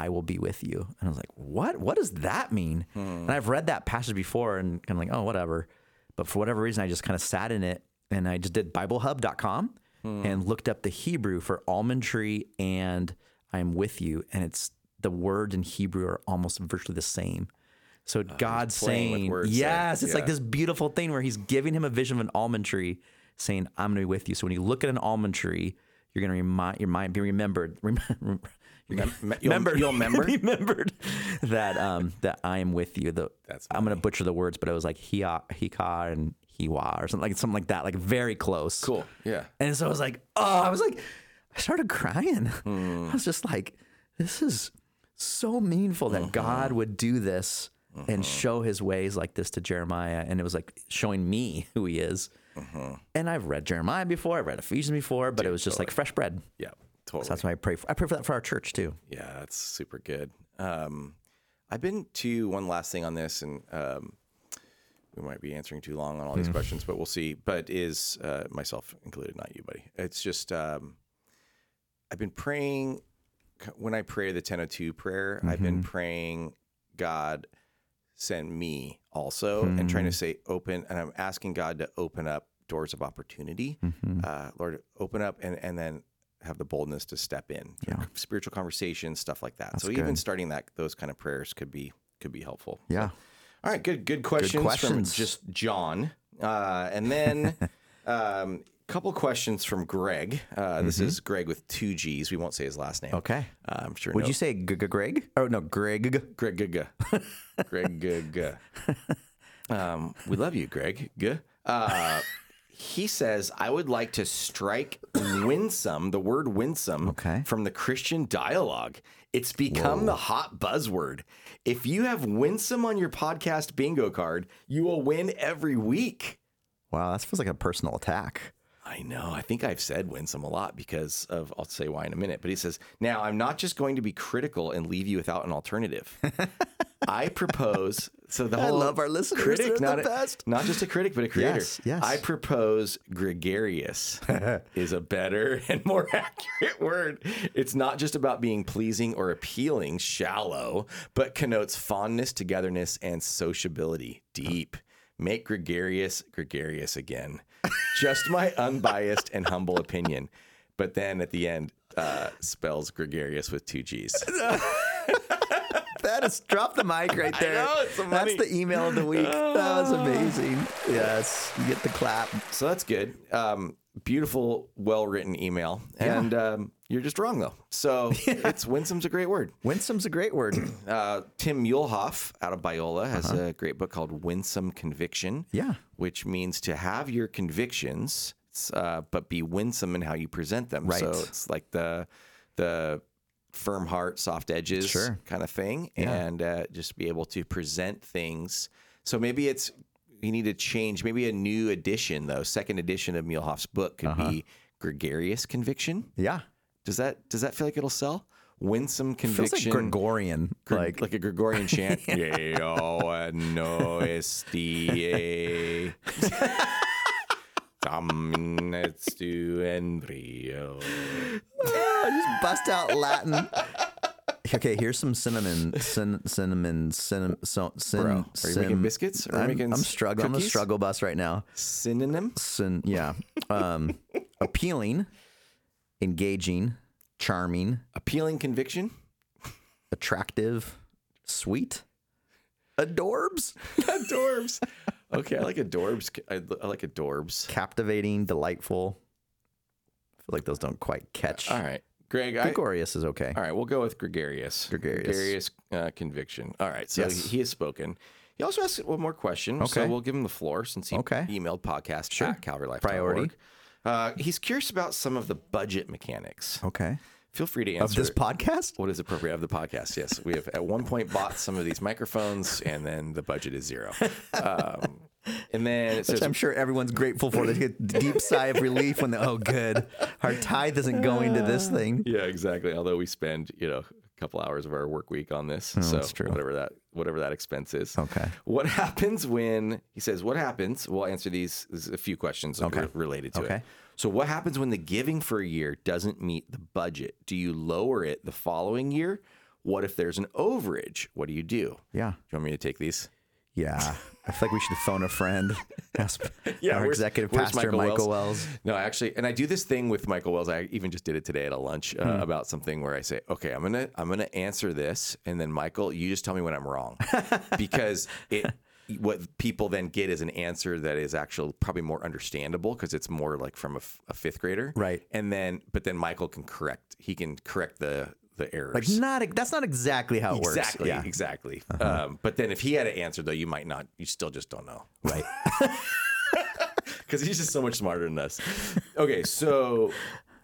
I will be with you. And I was like, what? What does that mean? And I've read that passage before and kind of like, oh, whatever. But for whatever reason, I just kind of sat in it and I just did BibleHub.com Hmm. and looked up the Hebrew for almond tree and I'm with you. And it's the words in Hebrew are almost virtually the same. So God's Oh, playing with saying, words there. yes, it's like Yeah. this beautiful thing where he's giving him a vision of an almond tree, saying, I'm going to be with you. So when you look at an almond tree, you're going to remind your mind be remembered. Rem- rem- you're gonna- Mem- you'll- remembered. you'll remember? remembered that um that I am with you. The That's I'm gonna butcher the words, but it was like hiya, hika and hiwa or something like something like that, like very close. Cool. Yeah. And so I was like, oh, I was like, I started crying. Hmm. I was just like, this is so meaningful Mm-hmm. that God would do this and show his ways like this to Jeremiah. And it was like showing me who he is. Mm-hmm. And I've read Jeremiah before, I've read Ephesians before, but it was just like fresh bread. Yeah. Totally. So that's why I pray for. I pray for that for our church too. Yeah, that's super good. Um, I've been to one last thing on this, and um, we might be answering too long on all Hmm. these questions, but we'll see. But is uh, myself included, not you, buddy? It's just um, I've been praying when I pray the 1002 prayer. I've been Mm-hmm. praying, God, send me also, and Hmm. trying to say open, and I'm asking God to open up doors of opportunity. Mm-hmm. Uh, Lord, open up, and and then have the boldness to step in through Yeah. spiritual conversations stuff like that so even good. starting that those kind of prayers could be could be helpful Yeah. all right, good good questions, questions. from just John, uh, and then a um, couple questions from Greg. Uh, this is Greg with two G's. We won't say his last name. Mm-hmm. Okay. Uh, I'm sure. Would no- you say g- g- Greg? Oh no, Greg. Greg Guga. Greg Guga. Um, we love you, Greg. Guh. Uh, he says, I would like to strike winsome, the word winsome, Okay. from the Christian dialogue. It's become the hot buzzword. If you have winsome on your podcast bingo card, you will win every week. Wow, that feels like a personal attack. I know. I think I've said winsome a lot because of, I'll say why in a minute, but he says, Now I'm not just going to be critical and leave you without an alternative. I propose, so the whole love our listeners. They're the not, a- best. not just a critic, but a creator. Yes, yes. I propose gregarious is a better and more accurate word. It's not just about being pleasing or appealing, shallow, but connotes fondness, togetherness, and sociability, deep. Make gregarious gregarious again. Just my unbiased and humble opinion. But then at the end, uh, spells gregarious with two G's. that is drop the mic right there. know, it's Ah. the money. That's the email of the week. That was amazing. Yes, you get the clap. So that's good. Um, beautiful, well written email. And um, you're just wrong, though. So it's winsome's a great word. Winsome's a great word. Uh, Tim Muehlhoff out of Biola has a great book called Winsome Conviction. Uh-huh. Yeah. Which means to have your convictions, s- uh, but be winsome in how you present them. Right. So it's like the, the, firm heart soft edges Sure. kind of thing and uh, just be able to present things so maybe it's you need to change maybe a new edition though second edition of Muehlhoff's book could Uh-huh. be gregarious conviction Yeah. does that does that feel like it'll sell? Winsome Feels conviction, like Gregorian. Gre- like, like a Gregorian chant. Yeo no estie. Dominus tu embryo. ah, just bust out Latin. Okay, here's some cinnamon, cin, cinnamon, cinnamon, so, cin, Bro, are you making cin- biscuits? Are you I'm, making I'm s- struggling. I'm on the cookies? struggle bus right now. Synonym? Sin, yeah. Um, appealing, engaging, charming, Appealing conviction? attractive, sweet, adorbs, adorbs. Okay, I like adorbs. I, I like adorbs. captivating, delightful. I feel like those don't quite catch. All right. Greg, I, Gregorious is okay. All right, we'll go with gregarious. Gregarious. uh, conviction. All right, so Yes. he has spoken. He also asked one more question, so Okay. we'll give him the floor since he Okay. emailed podcast at calvarylife.org. Priority. Uh, he's curious about some of the budget mechanics. Okay. Feel free to Oh. Of answer this podcast? what is appropriate of the podcast. Yes, we have at one point bought some of these microphones, and then the budget is zero. Um, and then it Which says I'm sure everyone's grateful for. They get a deep sigh of relief when they oh, good, our tithe isn't going to this thing. Yeah, exactly. Although we spend, you know, a couple hours of our work week on this, so Oh, that's true. whatever that whatever that expense is. Okay. What happens when he says? What happens? We'll answer these there's a few questions re- related to it. Okay. So, what happens when the giving for a year doesn't meet the budget? Do you lower it the following year? What if there's an overage? What do you do? Yeah. Do you want me to take these? Yeah. I feel like we should phone a friend. Ask our where's- executive where's pastor, Michael Michael, Wells? Wells. No, actually, and I do this thing with Michael Wells. I even just did it today at a lunch uh, Hmm. about something where I say, "Okay, I'm gonna I'm gonna answer this," and then Michael, you just tell me when I'm wrong, because it what people then get is an answer that is actually probably more understandable because it's more like from a, f- a fifth grader, Right. And then, but then Michael can correct. He can correct the the errors. Like, not e, that's not exactly how it Exactly, works. Yeah. Uh-huh. exactly. Um, but then if he had an answer, though, you might not, you still just don't know. Right. because he's just so much smarter than us. Okay, so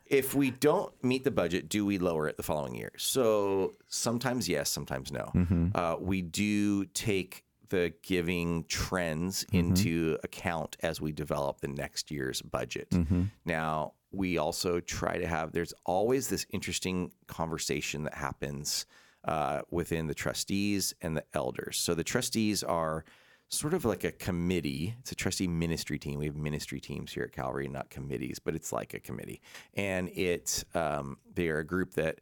if we don't meet the budget, do we lower it the following year? So sometimes yes, sometimes no. Uh, we do take the giving trends into account as we develop the next year's budget. Now, we also try to have, there's always this interesting conversation that happens uh, within the trustees and the elders. So the trustees are sort of like a committee. It's a trustee ministry team. We have ministry teams here at Calvary, not committees, but it's like a committee. And it um, they are a group that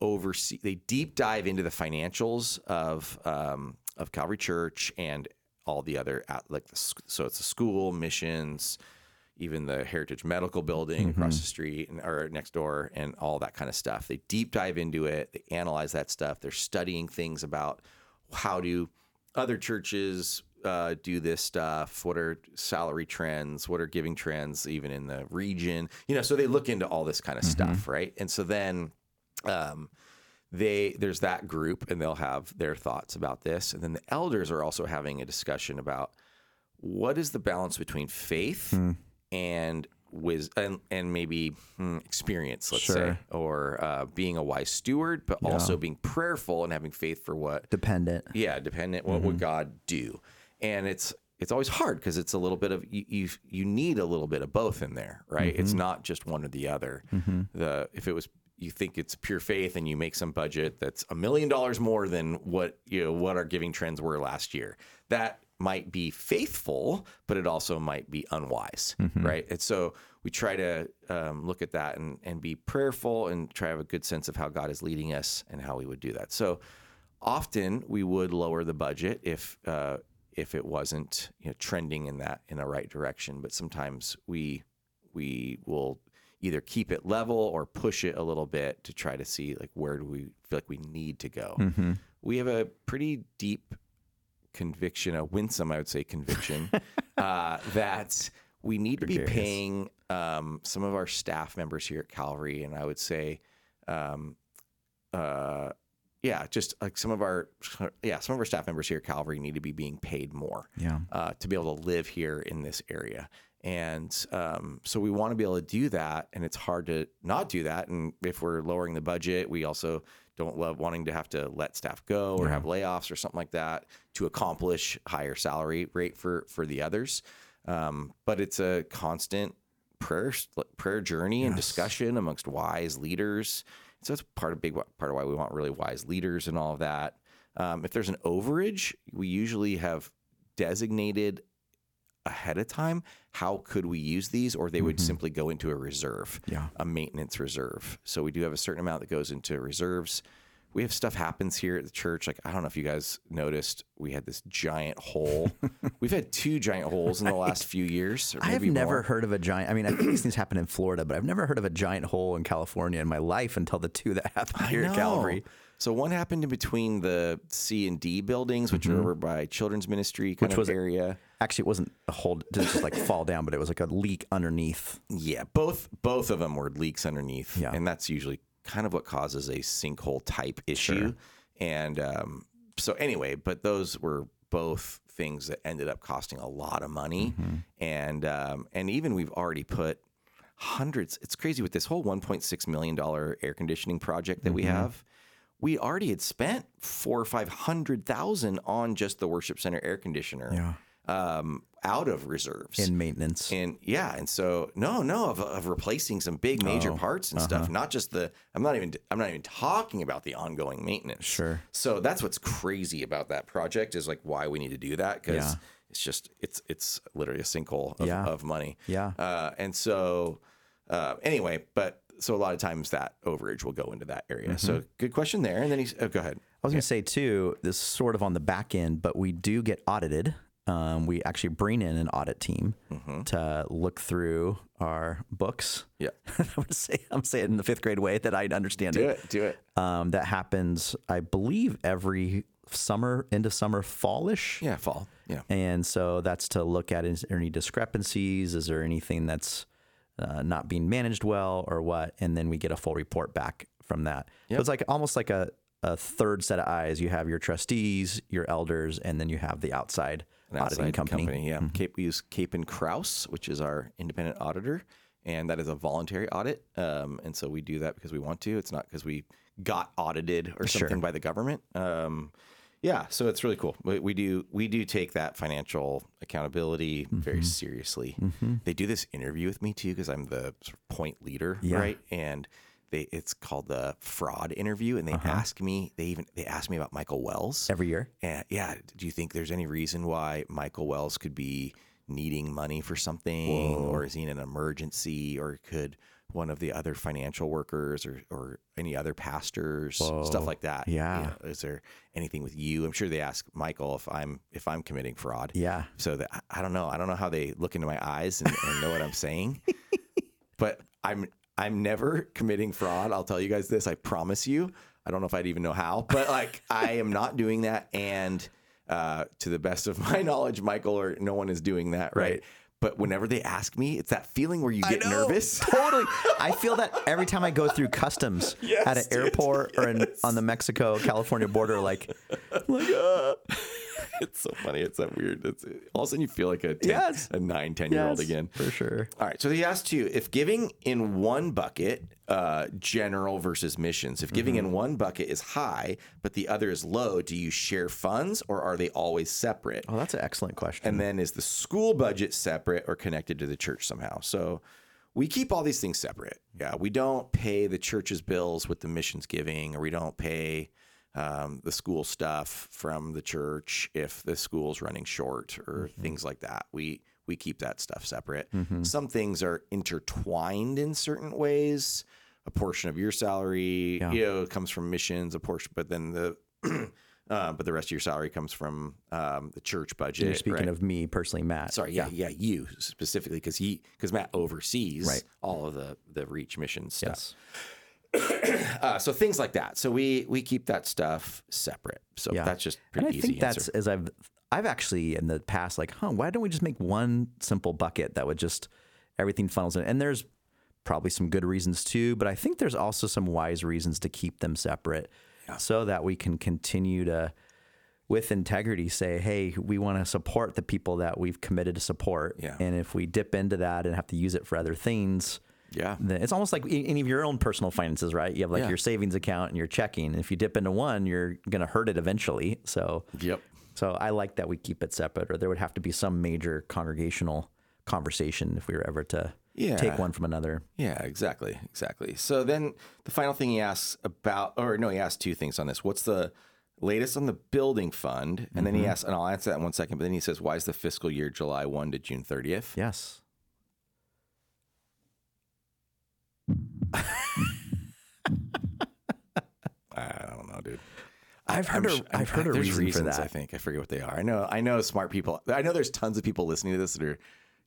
oversee. They deep dive into the financials of um, of Calvary Church and all the other out- like the, sc- so it's the school missions. Even the Heritage Medical Building across the street and, or next door, and all that kind of stuff. They deep dive into it. They analyze that stuff. They're studying things about how do other churches uh, do this stuff? What are salary trends? What are giving trends even in the region? You know, so they look into all this kind of stuff, right? And so then um, they there's that group, and they'll have their thoughts about this, and then the elders are also having a discussion about what is the balance between faith and wis and, and maybe hmm, experience, let's say, Sure. or uh, being a wise steward, but also being prayerful and having faith for what Dependent. yeah dependent what would god do and it's it's always hard because it's a little bit of you, you you need a little bit of both in there right it's not just one or the other the if it was you think it's pure faith and you make some budget that's a million dollars more than what you know what our giving trends were last year that might be faithful but it also might be unwise right and so we try to um, look at that and, and be prayerful and try to have a good sense of how god is leading us and how we would do that so often we would lower the budget if uh, if it wasn't you know, trending in that in the right direction. But sometimes we we will either keep it level or push it a little bit to try to see like where do we feel like we need to go. we have a pretty deep conviction, a winsome, I would say, conviction uh, that we need to be Gregarious. paying um, some of our staff members here at Calvary, and I would say, um, uh, yeah, just like some of our yeah, some of our staff members here at Calvary need to be being paid more Yeah. uh, to be able to live here in this area. And um, so we want to be able to do that, and it's hard to not do that. And if we're lowering the budget, we also don't love wanting to have to let staff go or have layoffs or something like that to accomplish higher salary rate for for the others. Um, but it's a constant prayer prayer journey and discussion amongst wise leaders. So that's part of big part of why we want really wise leaders and all of that. Um, if there's an overage, we usually have designated ahead of time how could we use these, or they would Mm-hmm. simply go into a reserve, Yeah. a maintenance reserve. So we do have a certain amount that goes into reserves. We have stuff happens here at the church. Like I don't know if you guys noticed, we had this giant hole. We've had two giant holes in the last few years. or I have maybe never more. heard of a giant. I mean, I think these things happen in Florida, but I've never heard of a giant hole in California in my life until the two that happened here at know. Calvary. So one happened in between the C and D buildings, which are over by children's ministry kind Mm-hmm. of Which was- area. Actually, it wasn't a hole; it didn't just like fall down, but it was like a leak underneath. Yeah, both both of them were leaks underneath, Yeah. and that's usually kind of what causes a sinkhole type issue. And um, so anyway, but those were both things that ended up costing a lot of money, Mm-hmm. and um, and even we've already put hundreds. It's crazy with this whole 1.6 million dollar air conditioning project that Mm-hmm. we have. We already had spent four or five hundred thousand on just the worship center air conditioner um, out of reserves in maintenance. and yeah and so no no of, of replacing some big major Oh, parts uh-huh. and stuff not just the i'm not even i'm not even talking about the ongoing maintenance Sure. so that's what's crazy about that project is like why we need to do that because Yeah. it's just it's it's literally a sinkhole of, Yeah. of money Yeah. uh, and so uh, anyway but so a lot of times that overage will go into that area so Mm-hmm. good question there and then he's oh, go ahead I was going to say too, this is sort of on the back end, but we do get audited. Um, we actually bring in an audit team Mm-hmm. to look through our books. yeah I would say I'm saying it in the fifth grade way that I understand it. do it Um, that happens, I believe, every summer, end of summer, fallish. yeah fall yeah And so that's to look at is there any discrepancies? Is there anything that's uh, not being managed well or what? And then we get a full report back from that. So it's like almost like a, a third set of eyes. You have your trustees, your elders, and then you have the outside an auditing outside company. yeah, Cape, we use Cape and Kraus, which is our independent auditor, and that is a voluntary audit. Um, and so we do that because we want to. It's not because we got audited or something by the government. Um, yeah, so it's really cool. We, we do we do take that financial accountability very seriously. They do this interview with me too because I'm the sort of point leader, right? And they it's called the fraud interview, and they ask me. They even they ask me about Michael Wells Every year, and yeah, do you think there's any reason why Michael Wells could be needing money for something, or is he in an emergency, or could one of the other financial workers or, or any other pastors, stuff like that? Yeah. is there anything with you? I'm sure they ask Michael if I'm if I'm committing fraud. yeah, So that I- I don't know. I don't know how they look into my eyes and, and know what I'm saying. but I'm I'm never committing fraud. I'll tell you guys this. I promise you. I don't know if I'd even know how, but like I am not doing that. And uh, to the best of my knowledge, Michael or no one is doing that, right? Right. But whenever they ask me, it's that feeling where you get know. nervous. totally. I feel that every time I go through customs at an airport or in, on the Mexico California border, like like, uh, it's so funny. It's that weird. It's all of a sudden you feel like a 10, Yes. a nine, ten year old yes, again. for sure. All right. So he asked you if giving in one bucket, uh, general versus missions, if giving in one bucket is high, but the other is low, do you share funds or are they always separate? Oh, that's an excellent question. And then is the school budget separate or connected to the church somehow? So we keep all these things separate. Yeah. We don't pay the church's bills with the missions giving, or we don't pay um, the school stuff from the church if the school's running short or Mm-hmm. things like that. We, we keep that stuff separate. Some things are intertwined in certain ways. A portion of your salary, you know, comes from missions. A portion, but then the, uh, but the rest of your salary comes from um, the church budget. You're speaking right? of me personally, Matt. sorry, yeah, yeah, you specifically because he because Matt oversees all of the the reach mission stuff. Yes. Uh, so things like that. So we we keep that stuff separate. So Yeah. that's just And pretty I easy. think answer. that's as I've I've actually in the past like, huh, why don't we just make one simple bucket that would just everything funnels in? And there's probably some good reasons too, but I think there's also some wise reasons to keep them separate so that we can continue to with integrity say, hey, we want to support the people that we've committed to support. Yeah. And if we dip into that and have to use it for other things, yeah. then it's almost like a- any of your own personal finances, right? You have like Yeah. your savings account and your checking. And if you dip into one, you're going to hurt it eventually. So, Yep. so I like that we keep it separate, or there would have to be some major congregational conversation if we were ever to Yeah. take one from another. Yeah, exactly, exactly. So then the final thing he asks about, or no, he asks two things on this. What's the latest on the building fund? And then Mm-hmm. he asks, and I'll answer that in one second. But then he says, "Why is the fiscal year July one to June 30th? Yes. I don't know, dude. I've heard I'm sh- a, I'm- I've heard a there's reason for reasons, that. I think I forget what they are. I know. I know smart people. I know there's tons of people listening to this that are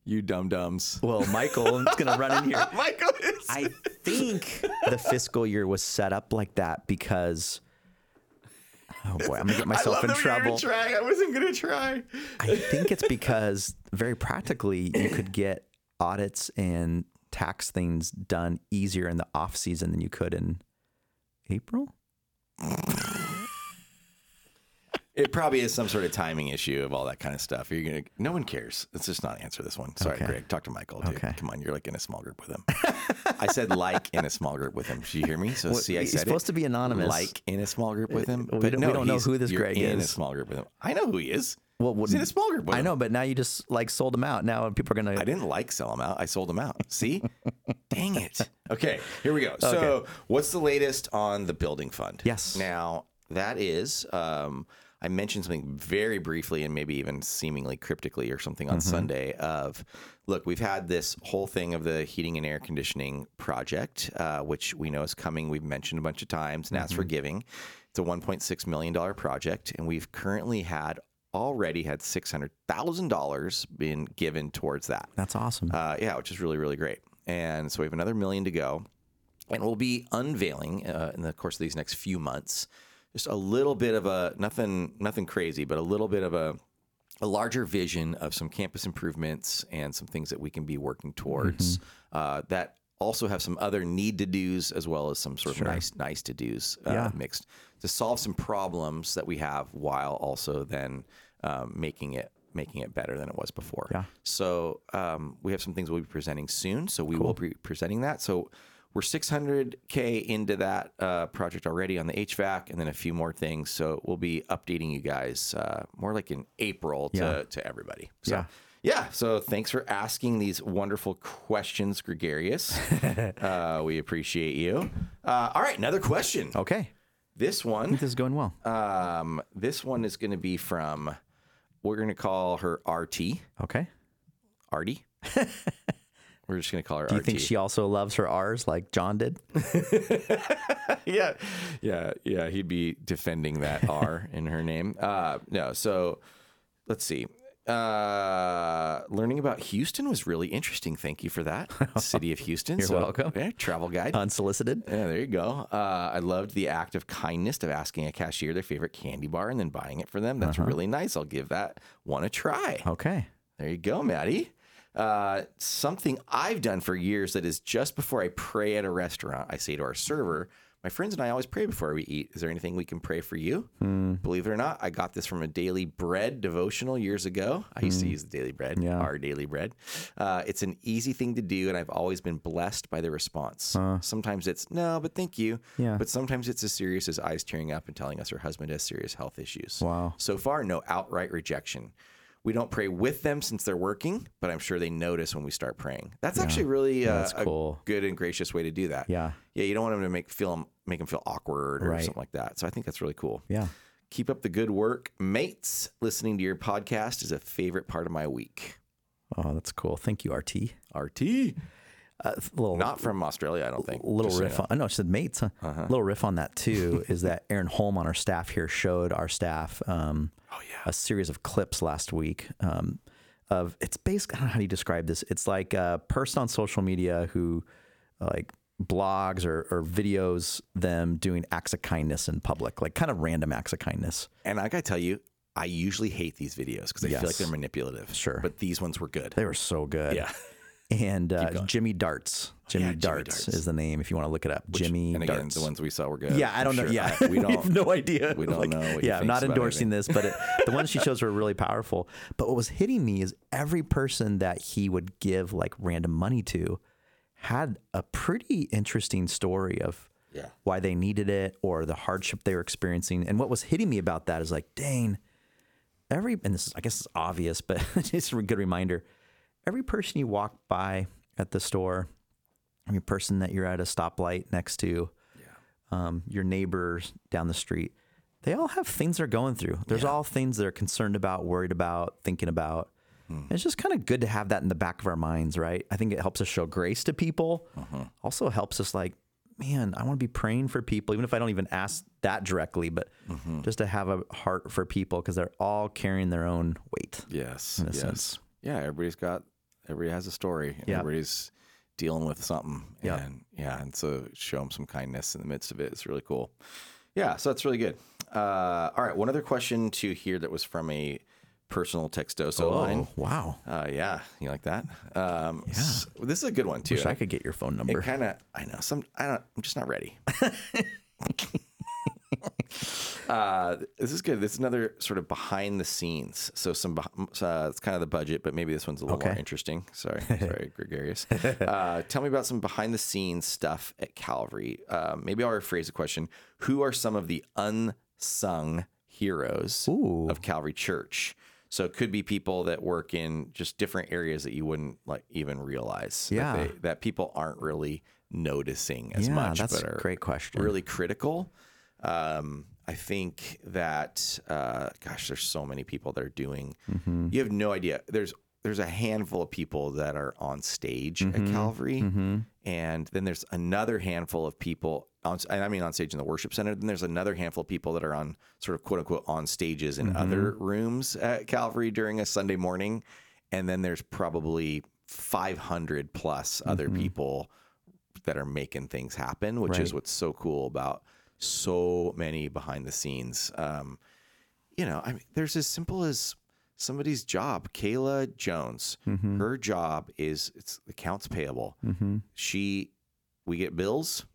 you dum dums. Well, Michael, I'm just going to run in here. Michael is. I think the fiscal year was set up like that because Oh boy, I'm going to get I myself love in that we were trouble. trying. I wasn't gonna try. I think it's because very practically you could get audits and tax things done easier in the off season than you could in April. It probably is some sort of timing issue of all that kind of stuff. You're gonna. No one cares. Let's just not answer this one. Sorry, Okay. Greg. Talk to Michael. Dude. Okay. Come on. You're like in a small group with him. I said like in a small group with him. Did you hear me? So What- see, I he's said supposed it. to be anonymous. Uh, Like in a small group with him. We But don't- we no, don't know he's- who this you're Greg In a is. small group with him. I know who he is. Well, he's in a small group. With I him. know, but now you just like sold them out. Now people are gonna. I didn't like sell them out. I sold them out. See? Dang it. Okay, here we go. So, what's the latest on the building fund? Yes. Now, that is, um, I mentioned something very briefly and maybe even seemingly cryptically or something on Sunday of, look, we've had this whole thing of the heating and air conditioning project, uh, which we know is coming. We've mentioned a bunch of times and asked for giving. It's a $1.6 million project, and we've currently had already had $600,000 been given towards that. That's awesome. Uh, yeah, which is really, really great. And so we have another million to go. And we'll be unveiling uh, in the course of these next few months just a little bit of a nothing, nothing crazy, but a little bit of a a larger vision of some campus improvements and some things that we can be working towards uh, that also have some other need to do's as well as some sort of nice nice to do's uh, Yeah. mixed to solve some problems that we have while also then um, making it making it better than it was before. Yeah. So um, we have some things we'll be presenting soon. So we will be presenting that. So we're 600k into that uh, project already on the HVAC, and then a few more things. So we'll be updating you guys uh, more like in April to, Yeah. to everybody. So, Yeah. Yeah. So thanks for asking these wonderful questions, Gregarious. uh, we appreciate you. Uh, all right, another question. okay, This one, this is going well. um, this one is going to be from. We're going to call her RT. Okay. Artie. We're just gonna call her. Do you think she also loves her R's like John did? yeah, yeah, yeah. He'd be defending that R in her name. Uh, no. So let's see. Uh, learning about Houston was really interesting. Thank you for that, City of Houston. You're welcome. Uh, travel guide. Unsolicited. Yeah, there you go. Uh, I loved the act of kindness of asking a cashier their favorite candy bar and then buying it for them. Uh-huh. That's really nice. I'll give that one a try. Okay. There you go, Maddie. Uh, something I've done for years that is just before I pray at a restaurant, I say to our server, my friends and I always pray before we eat. Is there anything we can pray for you? Believe it or not, I got this from a daily bread devotional years ago. I used to use the daily bread, Yeah. our daily bread. Uh, it's an easy thing to do, and I've always been blessed by the response. Sometimes it's no, but thank you. Yeah. But sometimes it's as serious as eyes tearing up and telling us her husband has serious health issues. Wow. So far, no outright rejection. We don't pray with them since they're working, but I'm sure they notice when we start praying. That's actually really uh, that's a cool. good and gracious way to do that. Yeah. Yeah, you don't want them to make feel make them feel awkward or Right. something like that. So I think that's really cool. Yeah. Keep up the good work, mates. Listening to your podcast is a favorite part of my week. Oh, that's cool. Thank you, RT. RT, Uh, little not from Australia, I don't think. little Just Uh-huh. so you riff on, oh, no, she said mates, huh? Little riff on that too is that Aaron Holm on our staff here showed our staff um, Oh, a series of clips last week um, of it's basically, I don't know how do you describe this. It's like a person on social media who like blogs or, or videos them doing acts of kindness in public, like kind of random acts of kindness. And I gotta tell you, I usually hate these videos because I feel like Yes. they're manipulative. Sure. but these ones were good. They were so good. Yeah. And uh, Jimmy Darts. Jimmy, yeah, Jimmy Darts, Darts. is the name if you want to look it up. Jimmy and again, Darts. the ones we saw were good. yeah, I I'm don't know. sure. Yeah, I- we We don't. have no idea. we don't know what he yeah, I'm not thinks about endorsing this, but it, the ones she chose were really powerful. But what was hitting me is every person that he would give like random money to had a pretty interesting story of Yeah. why they needed it or the hardship they were experiencing. And what was hitting me about that is like, dang, every and this is I guess it's obvious, but it's a good reminder. Every person you walk by at the store, every person that you're at a stoplight next to, um, your neighbors down the street, they all have things they're going through. There's all things they're concerned about, worried about, thinking about. Hmm. And It's just kind of good to have that in the back of our minds, right? I think it helps us show grace to people. Uh-huh. Also helps us like, man, I want to be praying for people, even if I don't even ask that directly, but Mm-hmm. just to have a heart for people because they're all carrying their own weight. Yes. In a yes. sense. Yeah. Everybody's got. Everybody has a story. and Yeah. Everybody's dealing with something. Yeah. And yeah. And so show them some kindness in the midst of it. It's really cool. Yeah. So that's really good. Uh, all right. One other question to here that was from a personal textoso Oh. line. wow. Uh, yeah. You like that? Um, yeah. this is a good one too. Wish I could get your phone number. It kind of, I know. Some, I don't. I'm just not ready. uh, this is good. This is another sort of behind the scenes. So some, beh- uh, it's kind of the budget, but maybe this one's a little more Okay. interesting. Sorry, sorry, gregarious. Uh, tell me about some behind the scenes stuff at Calvary. Uh, maybe I'll rephrase the question: Who are some of the unsung heroes Ooh. of Calvary Church? So it could be people that work in just different areas that you wouldn't like even realize Yeah. that, they, that people aren't really noticing as Yeah, much. that's but a are great question. Really critical. Um, I think that uh, gosh, there's so many people that are doing. You have no idea. There's there's a handful of people that are on stage at Calvary, and then there's another handful of people on. And I mean on stage in the worship center. Then there's another handful of people that are on sort of quote unquote on stages in other rooms at Calvary during a Sunday morning, and then there's probably 500 plus other people that are making things happen, which is Right. what's so cool about so many behind the scenes. Um, you know, I mean, there's as simple as somebody's job. Kayla Jones, Mm-hmm. her job is it's accounts payable. She, we get bills,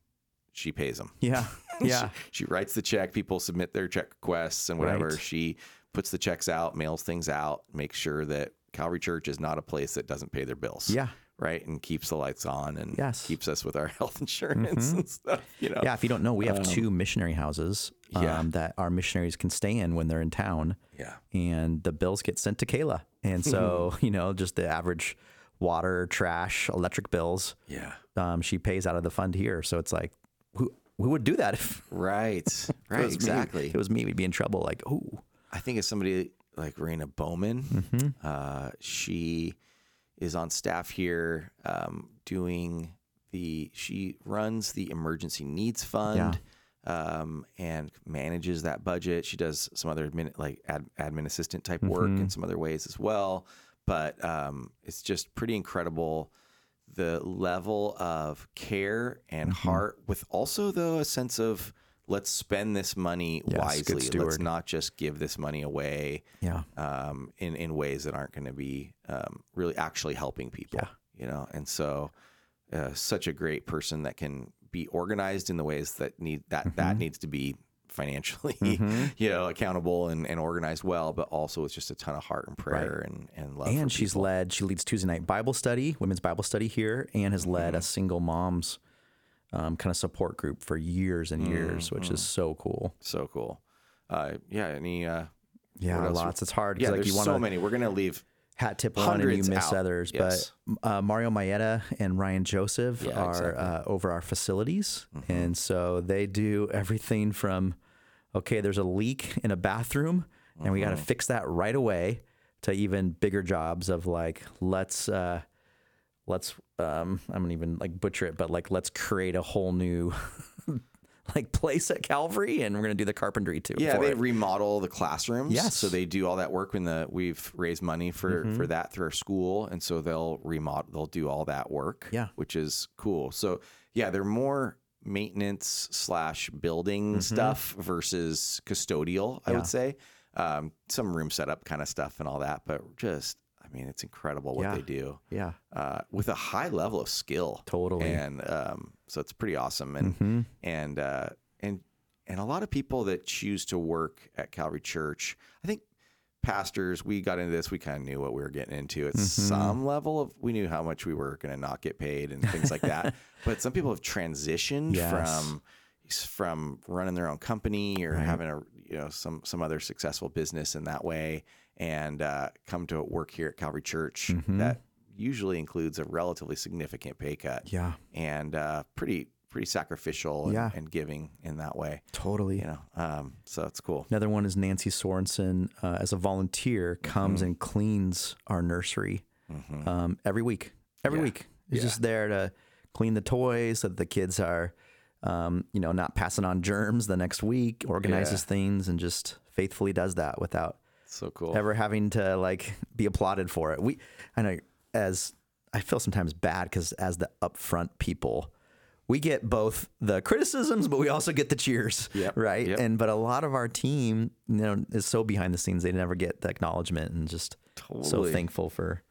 she pays them. yeah. Yeah. She writes the check. People submit their check requests and whatever. Right. She puts the checks out, mails things out, makes sure that Calvary Church is not a place that doesn't pay their bills yeah. right? And keeps the lights on and Yes. Mm-hmm. keeps us with our health insurance and stuff. You know, Yeah, if you don't know, we have two missionary houses um, Oh. Um, yeah. that our missionaries can stay in when they're in town, yeah, and the bills get sent to Kayla. And so, you know, just the average water, trash, electric bills, yeah. um, she pays out of the fund here. So it's like, who who would do that if Right, it right, was me? exactly. If it was me, we'd be in trouble. Like, oh, I think it's somebody like Raina Bowman. Uh, she is on staff here um, doing the, she runs the emergency needs fund. Um, and manages that budget. She does some other admin, like ad, admin assistant type work in some other ways as well. But um, it's just pretty incredible the level of care and Mm-hmm. heart, with also though a sense of let's spend this money Yes, good wisely. Let's steward. not just give this money away yeah, um, in in ways that aren't going to be um, really actually helping people. Yeah. You know, and so uh, such a great person that can be organized in the ways that need that Mm-hmm. that needs to be financially you know accountable and, and organized well but also with just a ton of heart and prayer and and love and for she's led she leads tuesday night bible study women's bible study here and has Mm-hmm. led a single moms um, kind of support group for years and years which is Mm-hmm. so cool people. so cool uh yeah any uh yeah else? lots it's hard yeah because like there's you want so to many we're gonna leave hat tip one and you Hundreds miss out. others. Yes. But uh, Mario Maeda and Ryan Joseph Yeah, are exactly. Mm-hmm. uh, over our facilities, and so they do everything from okay, there's a leak in a bathroom, and we got to Mm-hmm. fix that right away, to even bigger jobs of like let's. Uh, Let's um, I'm gonna even like butcher it, but like let's create a whole new like place at Calvary, and we're gonna do the carpentry too. Yeah, for they it. remodel the classrooms. Yes. Mm-hmm. so they do all that work when the we've raised money for for that through our school, and so they'll remodel, they'll do all that work. Yeah. which is cool. So yeah, they're more maintenance slash building stuff versus custodial. I Mm-hmm. Yeah. would say um, some room setup kind of stuff and all that, but just I mean, it's incredible what Yeah. they do yeah, uh, with a high level of skill. Totally. Mm-hmm. And um, so it's pretty awesome. And and uh, and and a lot of people that choose to work at Calvary Church, I think pastors, we got into this, we kind of knew what we were getting into at some level of we knew how much we were going to not get paid and things like that. But some people have transitioned Yes. from from running their own company or having a you know some some other successful business in that way and uh, come to work here at Calvary Church that usually includes a relatively significant pay cut yeah, and uh, pretty pretty sacrificial and, Yeah. and giving in that way totally. you know um, so it's cool Another one is Nancy Sorensen uh, as a volunteer comes and cleans our nursery um, every week. Every week, is just there to clean the toys so that the kids are, um, you know, not passing on germs the next week. Organizes things and just faithfully does that without so cool ever having to like be applauded for it. We, I know, as I feel sometimes bad because as the upfront people, we get both the criticisms, but we also get the cheers, Yep, right? yep. And but a lot of our team, you know, is so behind the scenes they never get the acknowledgement, and just so Totally. thankful for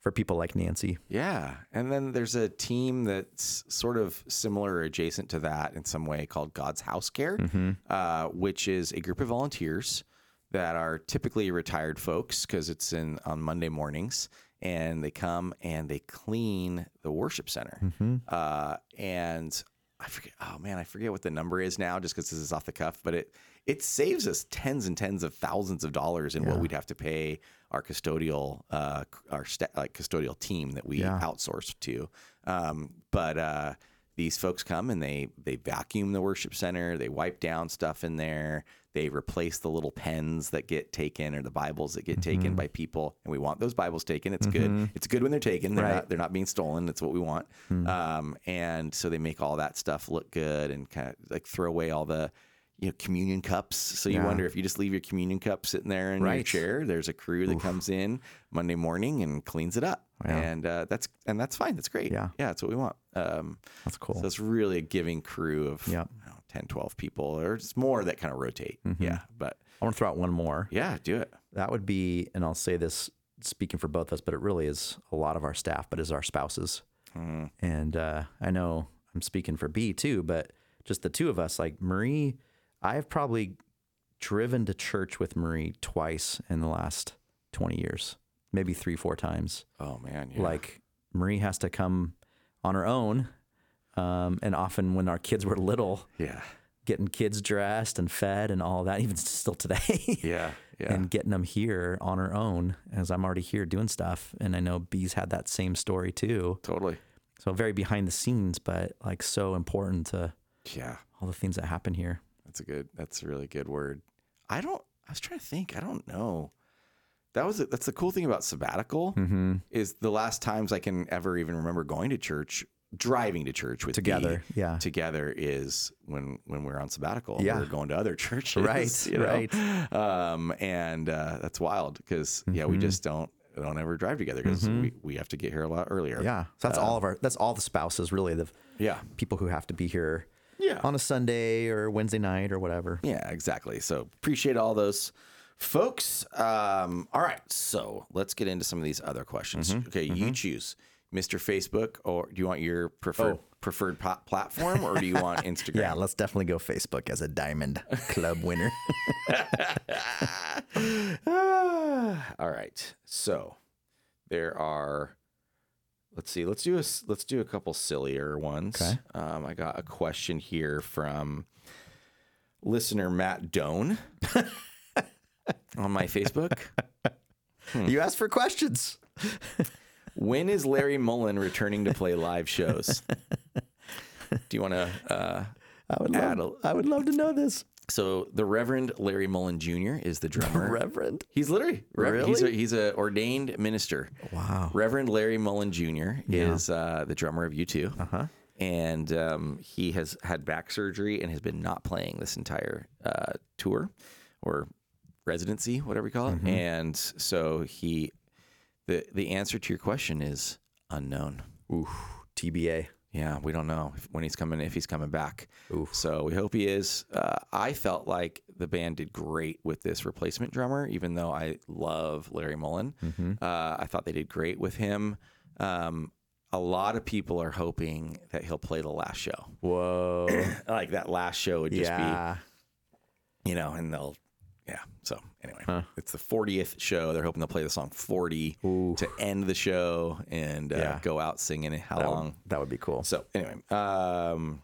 for people like Nancy. yeah and then there's a team that's sort of similar or adjacent to that in some way called god's house care Mm-hmm. uh, which is a group of volunteers that are typically retired folks because it's in on monday mornings and they come and they clean the worship center Mm-hmm. uh, and I forget. Oh man, I forget what the number is now, just because this is off the cuff. But it it saves us tens and tens of thousands of dollars in what we'd have to pay our custodial uh, c- our sta- like custodial team that we outsource to. Um, but uh, these folks come and they they vacuum the worship center. They wipe down stuff in there. They replace the little pens that get taken or the Bibles that get taken by people, and we want those Bibles taken. It's good. It's good when they're taken. They're Right. not they're not being stolen. That's what we want. Hmm. Um, and so they make all that stuff look good and kind of like throw away all the you know communion cups. So you Yeah. wonder if you just leave your communion cup sitting there in your Right. chair, there's a crew that comes in Monday morning and cleans it up. And uh, that's and that's fine. That's great. Yeah. yeah, that's what we want. Um, That's cool. so it's really a giving crew of Yeah. Mm-hmm. I don't know, 10, 12 people or it's more that kind of rotate. Yeah, but I want to throw out one more. yeah, do it. That would be, and I'll say this speaking for both of us, but it really is a lot of our staff, but is our spouses. And uh, I know I'm speaking for B too, but just the two of us, like Marie, I've probably driven to church with Marie twice in the last 20 years, maybe three, four times. Oh man, yeah. Like Marie has to come on her own. Um, and often when our kids were little, yeah, getting kids dressed and fed and all that, even still today yeah, yeah. and getting them here on her own as I'm already here doing stuff. And I know Bee's had that same story too. totally. So very behind the scenes, but like so important to Yeah. all the things that happen here. That's a good. That's a really good word. I don't. I was trying to think. I don't know. That was. That's the cool thing about sabbatical Mm-hmm. is the last times I can ever even remember going to church, driving to church with Together, Dee yeah. together is when when we were on sabbatical. Yeah. we were going to other churches, Right, you know? right. Mm-hmm. Um, and uh, that's wild because yeah, we just don't don't ever drive together because we, we have to get here a lot earlier. Yeah. So that's all of our, that's all the spouses really, the yeah, people who have to be here Yeah. on a Sunday or Wednesday night or whatever. Yeah, exactly. So appreciate all those folks. Um, all right, so let's get into some of these other questions. Mm-hmm. Okay, you choose Mr. Facebook, or do you want your preferred preferred po- platform, or do you want Instagram? Oh. Yeah. Let's definitely go Facebook as a diamond club winner. Ah, all right. So there are. Let's see. Let's do a s- let's do a couple sillier ones. Okay. Um, I got a question here from listener Matt Doan on my Facebook. You asked for questions. When is Larry Mullen returning to play live shows? Do you want to? Uh, I would love, Add I would love to know this. so the Reverend Larry Mullen Jr. is the drummer. Reverend. he's literally Reverend. He's a, Really? he's a ordained minister. Wow. Reverend Larry Mullen Jr. is uh, the drummer of U2. Uh-huh. and um, he has had back surgery and has been not playing this entire uh, tour or residency, whatever you call it. And so he, the the answer to your question is unknown. Ooh, TBA. Yeah, we don't know if, when he's coming, if he's coming back. So we hope he is. Uh, I felt like the band did great with this replacement drummer, even though I love Larry Mullen. Mm-hmm. Uh, I thought they did great with him. Um, a lot of people are hoping that he'll play the last show. Whoa. Like that last show would just yeah. be, you know, and they'll, yeah. So anyway, it's the 40th show. They're hoping they'll play the song 40 to end the show and uh, Yeah. go out singing it. How That long? would, that would be cool. So anyway, um,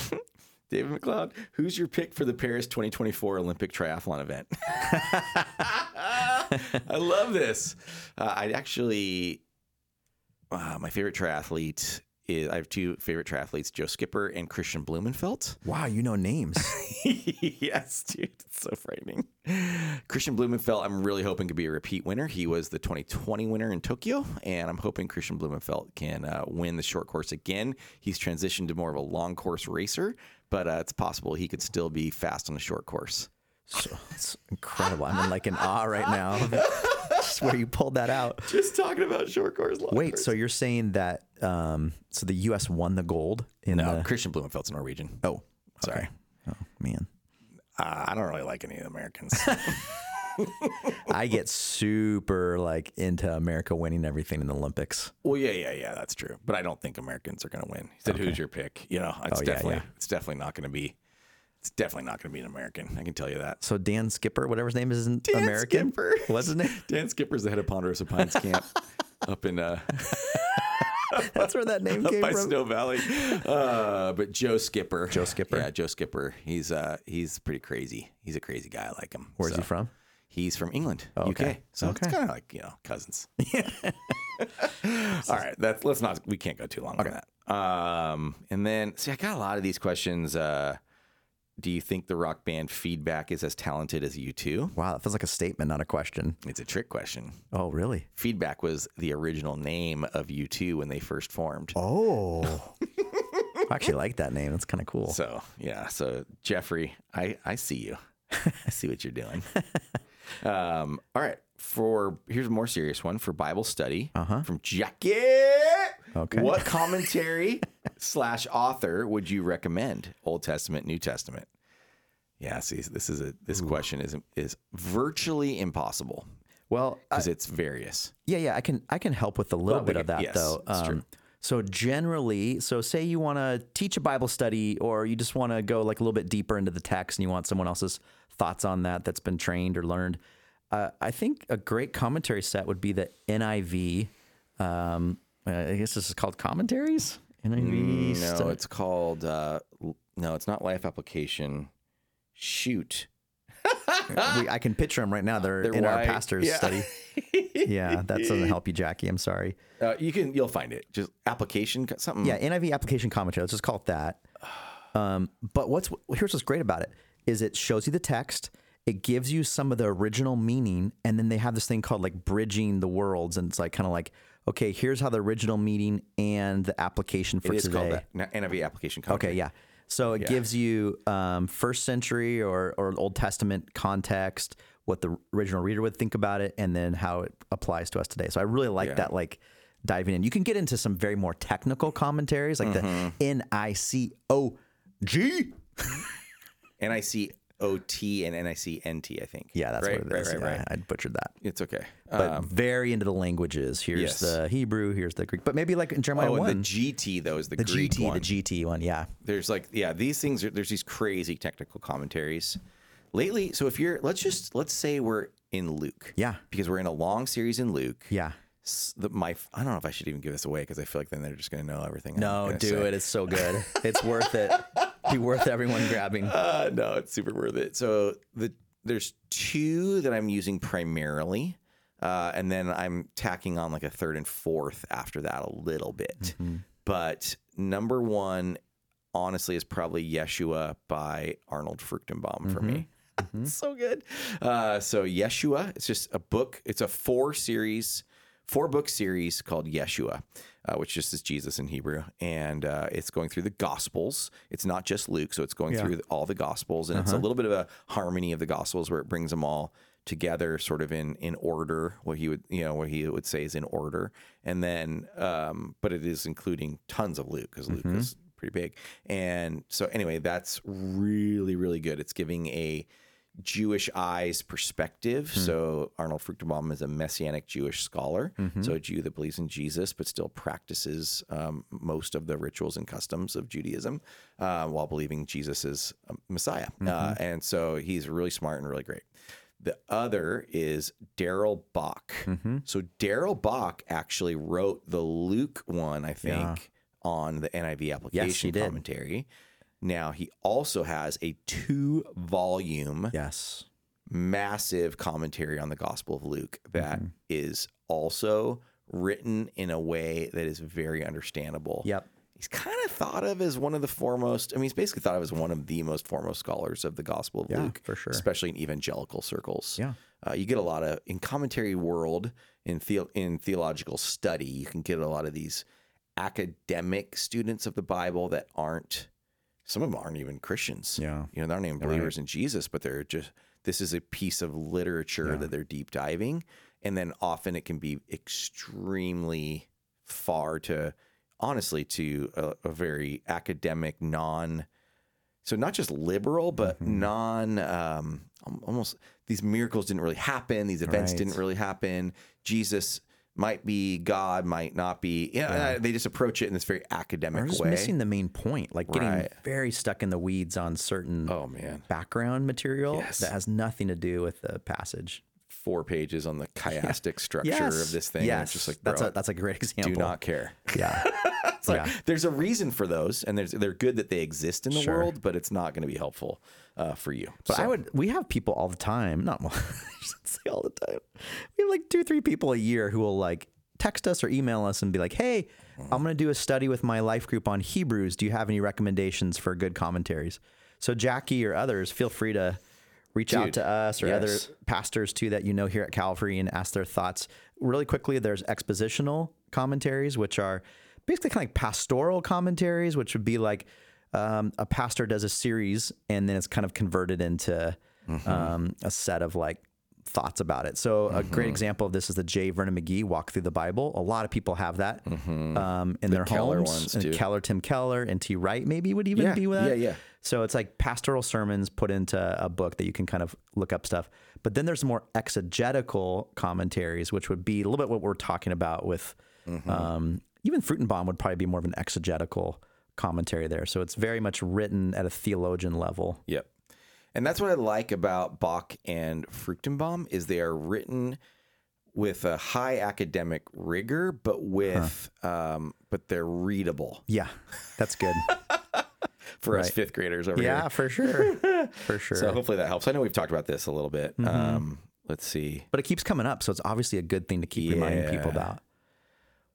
David McLeod, who's your pick for the Paris 2024 Olympic triathlon event? I love this. Uh, I actually, uh, my favorite triathlete is I have two favorite triathletes, Joe Skipper and Christian Blumenfeld. wow, you know names. yes, dude, it's so frightening. Christian Blumenfeld, I'm really hoping could be a repeat winner. He was the 2020 winner in Tokyo, and I'm hoping Christian Blumenfeld can uh, win the short course again. He's transitioned to more of a long course racer, but uh, it's possible he could still be fast on the short course. so, it's incredible. I'm in like an awe right now. Just where you pulled that out. Just talking about short course. Long Wait, so you're saying that um, so the U.S. won the gold in no, the Christian Blumenfeld's Norwegian. oh Sorry, oh man, uh, I don't really like any of the Americans. I get super like into America winning everything in the Olympics. Well, yeah, yeah, yeah, that's true. But I don't think Americans are going to win. He said, "Who's your pick?" You know, it's Oh, yeah, definitely, yeah. it's definitely not going to be, it's definitely not going to be an American. I can tell you that. So Dan Skipper, whatever his name is, isn't American, Skipper. wasn't it? Dan Skipper's the head of Ponderosa Pines Camp up in uh, That's where that name up came by from. Snow Valley. Uh, but Joe Skipper, Joe Skipper. yeah, Joe Skipper. He's uh, he's pretty crazy. He's a crazy guy. I like him. Where's So- he from? He's from England, UK. Oh, okay. So it's Okay. kind of like you know cousins. All right, that's let's not. We can't go too long on that. Um, and then see, I got a lot of these questions. Uh, do you think the rock band feedback is as talented as you two? Wow, that feels like a statement, not a question. It's a trick question. Oh, really? Feedback was the original name of U2 when they first formed. Oh, I actually like that name. That's kind of cool. So, yeah. So, Jeffrey, I, I see you. I see what you're doing. um, all right. For here's a more serious one for Bible study from Jackie. Uh-huh. Okay. What commentary slash author would you recommend? Old Testament, New Testament. Yeah. See, this is a this question is is virtually impossible well, I- because it's various. Yeah, yeah, I can I can help with a little Oh, bit okay. of that Yes, though. Um, that's true. So generally, so say you want to teach a Bible study, or you just want to go like a little bit deeper into the text, and you want someone else's thoughts on that that's been trained or learned. Uh, I think a great commentary set would be the NIV. Um, I guess this is called commentaries. NIV. Mm, No, stu- it's called. Uh, l- no, it's not life application. Shoot. we, I can picture them right now. They're, They're in our white. pastor's Yeah. study. Yeah, that doesn't help you, Jackie. I'm sorry. Uh, you can you'll find it. Just application co- something. Yeah, NIV application commentary. Let's just call it that. Um, but what's here's what's great about it is it shows you the text, it gives you some of the original meaning, and then they have this thing called like bridging the worlds, and it's like kind of like okay, here's how the original meaning and the application for it is today. called that N- NIV application. Commentary. Okay, yeah. So it gives you um, first century or, or Old Testament context, what the original reader would think about it, and then how it applies to us today. So I really like that, like diving in. You can get into some very more technical commentaries, like Mm-hmm. the N I C O G. NIC OT and NIC NT. I think. Yeah, that's right, what it is. Right, right, yeah, right. I butchered that. It's okay. Uh, But very into the languages. Here's yes. the Hebrew. Here's the Greek. But maybe like in Jeremiah oh, and one, the GT though is the, the Greek GT, one. the GT one. Yeah. there's like yeah, these things are there's these crazy technical commentaries lately. So if you're let's just let's say we're in Luke. Yeah. Because we're in a long series in Luke. Yeah. s- the, my I don't know if I should even give this away because I feel like then they're just going to know everything. I'm No, gonna do say. it. It's so good. It's worth it. Be worth everyone grabbing. Uh, no, it's super worth it. So the there's two that I'm using primarily, uh, and then I'm tacking on like a third and fourth after that a little bit. But number one, honestly, is probably Yeshua by Arnold Fruchtenbaum for me. so good. Uh, so Yeshua, it's just a book. It's a four series four book series called Yeshua, uh, which just is Jesus in Hebrew, and uh, it's going through the Gospels. It's not just Luke, so it's going Yeah. through all the Gospels, and it's a little bit of a harmony of the Gospels where it brings them all together, sort of in in order. What he would you know what he would say is in order, and then um, but it is including tons of Luke because Luke is pretty big, and so anyway, that's really really good. It's giving a Jewish eyes perspective. So Arnold Fruchterbaum is a messianic Jewish scholar, so a Jew that believes in Jesus but still practices um, most of the rituals and customs of Judaism uh, while believing Jesus is a Messiah. Uh, and so he's really smart and really great. The other is Daryl Bach. Hmm. Mm-hmm. So Daryl Bach actually wrote the Luke one, I think, on the NIV application did. commentary. Now he also has a two-volume Yes. massive commentary on the Gospel of Luke that Mm-hmm. is also written in a way that is very understandable. Yep. He's kind of thought of as one of the foremost, I mean, he's basically thought of as one of the most foremost scholars of the Gospel of Yeah, Luke, for sure. especially in evangelical circles. Yeah. Uh, you get a lot of, in commentary world, in, the, in theological study, you can get a lot of these academic students of the Bible that aren't, some of them aren't even Christians Yeah. you know they're not even believers in jesus but they're just this is a piece of literature that they're deep diving and then often it can be extremely far to honestly to a, a very academic non so not just liberal but Mm-hmm. non um, al- almost these miracles didn't really happen these events Right. didn't really happen jesus might be god might not be you know, and I- they just approach it in this very academic We're just way missing the main point, like getting Right. very stuck in the weeds on certain oh man background material Yes. that has nothing to do with the passage. four pages on the chiastic structure of this thing. and Yes. it's just like that's bro, a that's a great I example. do not care. Yeah. It's like, Yeah. There's a reason for those, and there's they're good that they exist in the Sure. world, but it's not going to be helpful uh, for you. But So- I would. We have people all the time. Not more. I should say all the time. We have like two, three people a year who will like text us or email us and be like, "Hey, I'm going to do a study with my life group on Hebrews. Do you have any recommendations for good commentaries?" So Jackie or others, feel free to reach out Dude, to us or yes. other pastors too that you know here at Calvary and ask their thoughts. Really quickly, there's expositional commentaries, which are basically kind of like pastoral commentaries, which would be like um, a pastor does a series and then it's kind of converted into Mm-hmm. um, a set of like thoughts about it. So a great Mm-hmm. example of this is the J. Vernon McGee Walk Through the Bible. A lot of people have that um, in their Mm-hmm. Keller homes. ones, and too. Keller, Tim Keller, and T. Wright maybe would even Yeah, be with yeah, that. yeah. So it's like pastoral sermons put into a book that you can kind of look up stuff. But then there's more exegetical commentaries, which would be a little bit what we're talking about with um, even Frutenbaum would probably be more of an exegetical commentary there. So it's very much written at a theologian level. Yep. And that's what I like about Bach and Fruchtenbaum is they are written with a high academic rigor, but with um, but they're readable Yeah, that's good. for us fifth graders over here. yeah, for sure. For sure. Mm-hmm. So hopefully that helps. I know we've talked about this a little bit. Um, let's see. but it keeps coming up. So it's obviously a good thing to keep reminding people about.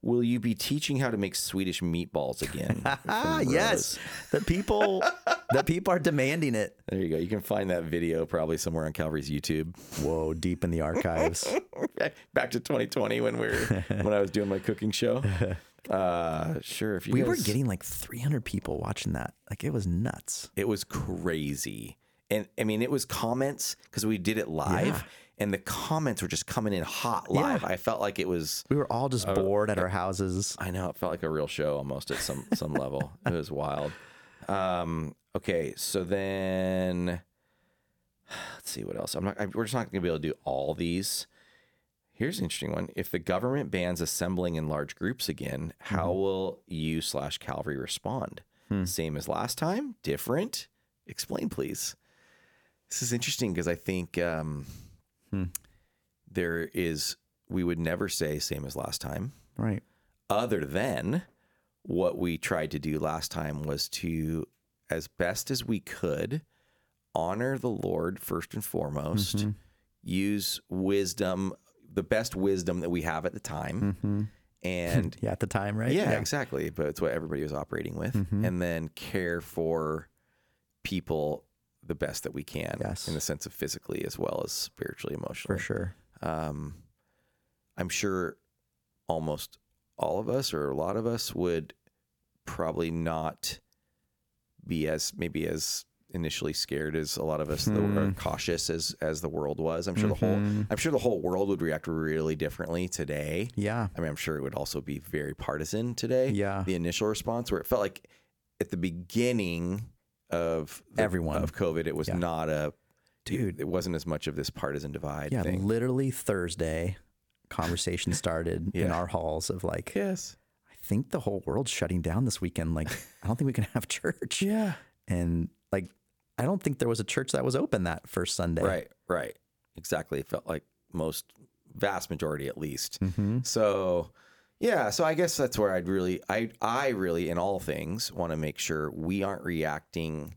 Will you be teaching how to make Swedish meatballs again? Ah, From yes. Rose. The people, the people are demanding it. There you go. You can find that video probably somewhere on Calvary's YouTube. Whoa, deep in the archives. Back to 2020 when we were when I was doing my cooking show. Uh, sure. If you we were guys- getting like 300 people watching that. Like it was nuts. it was crazy, and I mean it was comments because we did it live, Yeah. and the comments were just coming in hot live. I felt like it was. We were all Oh, just bored at our houses. I know it felt like a real show almost at some some level. It was wild. Um, okay, so then let's see what else. I'm not. I, we're just not going to be able to do all these. Here's an interesting one. If the government bans assembling in large groups again, how will you slash Calvary respond? Same as last time? Different? Explain, please. This is interesting because I think um, there is. We would never say same as last time Right. other than what we tried to do last time was to as best as we could honor the lord first and foremost Mm-hmm. use wisdom the best wisdom that we have at the time and Yeah, Mm-hmm. at the time, Mm. right? Mm-hmm. yeah, exactly. But it's what everybody was operating with, and then care for people the best that we can, Yes. in the sense of physically as well as spiritually, emotionally. For sure. Um, I'm Um, sure almost all of us or a lot of us would probably not be as maybe as initially scared as a lot of us that Hmm. were cautious as as the world was. I'm sure the Mm-hmm. whole I'm sure the whole world would react really differently today. Yeah. I mean, I'm sure it would also be very partisan today. Yeah. The initial response where it felt like at the beginning of the- Everyone. of COVID, it was Yeah. not a Dude. It wasn't as much of this partisan divide Yeah. thing. Literally Thursday, conversation started in Yeah. our halls of like, Yes. I think the whole world's shutting down this weekend. Like, I don't think we can have church. Yeah. And like, I don't think there was a church that was open that first Sunday. Right. Right. Exactly. It felt like most vast majority at least. So yeah, so I guess that's where I'd really I I really in all things want to make sure we aren't reacting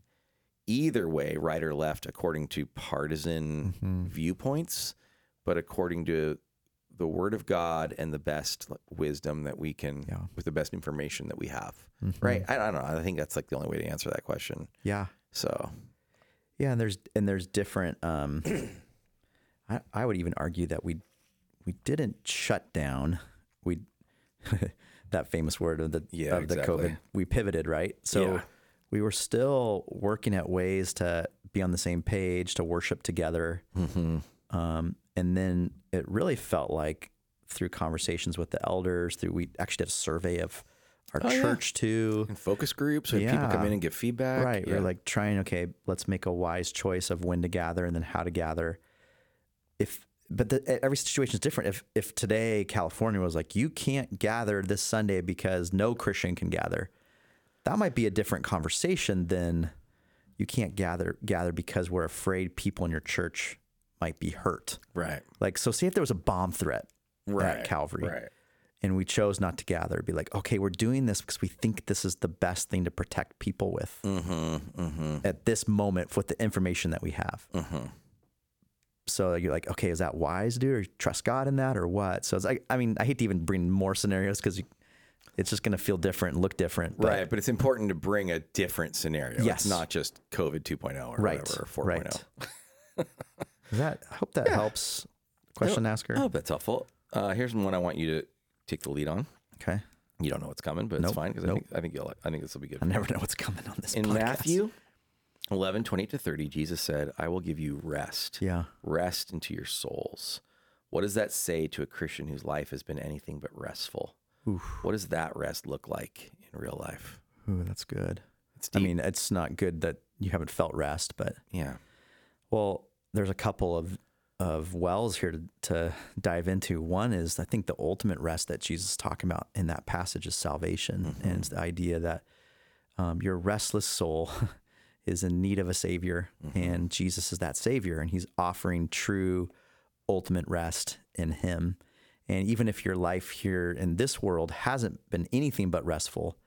either way, right or left, according to partisan viewpoints, but according to the word of God and the best like, wisdom that we can Yeah. with the best information that we have. Right. I, I don't know. I think that's like the only way to answer that question. Yeah. So Yeah, and there's and there's different. Um, I I would even argue that we we didn't shut down. We that famous word of the Yeah, of the exactly. COVID. We pivoted, right? So Yeah. we were still working at ways to be on the same page to worship together. Um, and then it really felt like through conversations with the elders, through we actually did a survey of our Oh, yeah. church too. focus groups when people come Yeah. in and give feedback. Right. Yeah. We're like trying, okay, let's make a wise choice of when to gather and then how to gather. If but the, e, every situation is different. If if today California was like, you can't gather this Sunday because no Christian can gather, that might be a different conversation than you can't gather gather because we're afraid people in your church might be hurt. right. Like so, say if there was a bomb threat at Calvary, Right. and we chose not to gather, be like, okay, we're doing this because we think this is the best thing to protect people with Mm-hmm. at this moment with the information that we have. Mm-hmm. So you're like, okay, is that wise, dude? Or you trust God in that, or what? So it's like, I mean, I hate to even bring more scenarios because it's just going to feel different, and look different. But right. But it's important to bring a different scenario. Yes. It's not just COVID 2.0 or Right. whatever, or oh. 4.0. right. Is that, I hope that helps. Question asker. Oh, that's helpful. Uh, here's one I want you to take the lead on. Okay. You don't know what's coming, but it's fine because I, think, I think you'll. I think this will be good. I never know what's coming on this In podcast. Matthew 11, 28 to 30, Jesus said, I will give you rest. Yeah. Rest into your souls. What does that say to a Christian whose life has been anything but restful? What does that rest look like in real life? Ooh, that's good. It's I mean, it's not good that you haven't felt rest, but Yeah. Well, there's a couple of of wells here to, to dive into. One is I think the ultimate rest that Jesus is talking about in that passage is salvation, and it's the idea that um, your restless soul is in need of a savior, and Jesus is that savior, and He's offering true ultimate rest in Him. And even if your life here in this world hasn't been anything but restful,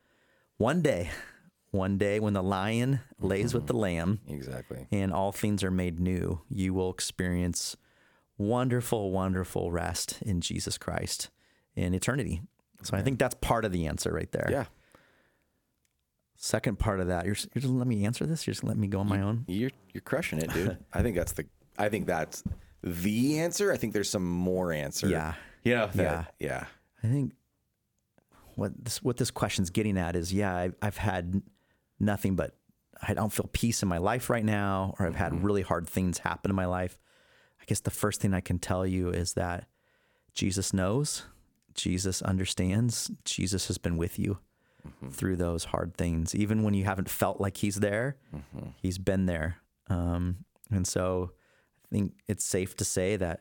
one day, one day when the lion lays with the lamb, Exactly. and all things are made new, you will experience wonderful, wonderful rest in Jesus Christ in eternity. So I think that's part of the answer right there. Yeah. Second part of that, you're, you're just let me answer this. You're just letting me go on my own. You're you're crushing it, dude. I think that's the I think that's the answer. I think there's some more answer. Yeah. Yeah. that- yeah. I think what this what this question's getting at is, yeah, I've, I've had nothing but I don't feel peace in my life right now, or I've had really hard things happen in my life. I guess the first thing I can tell you is that Jesus knows, Jesus understands, Jesus has been with you through those hard things, even when you haven't felt like He's there. He's been there, um, and so I think it's safe to say that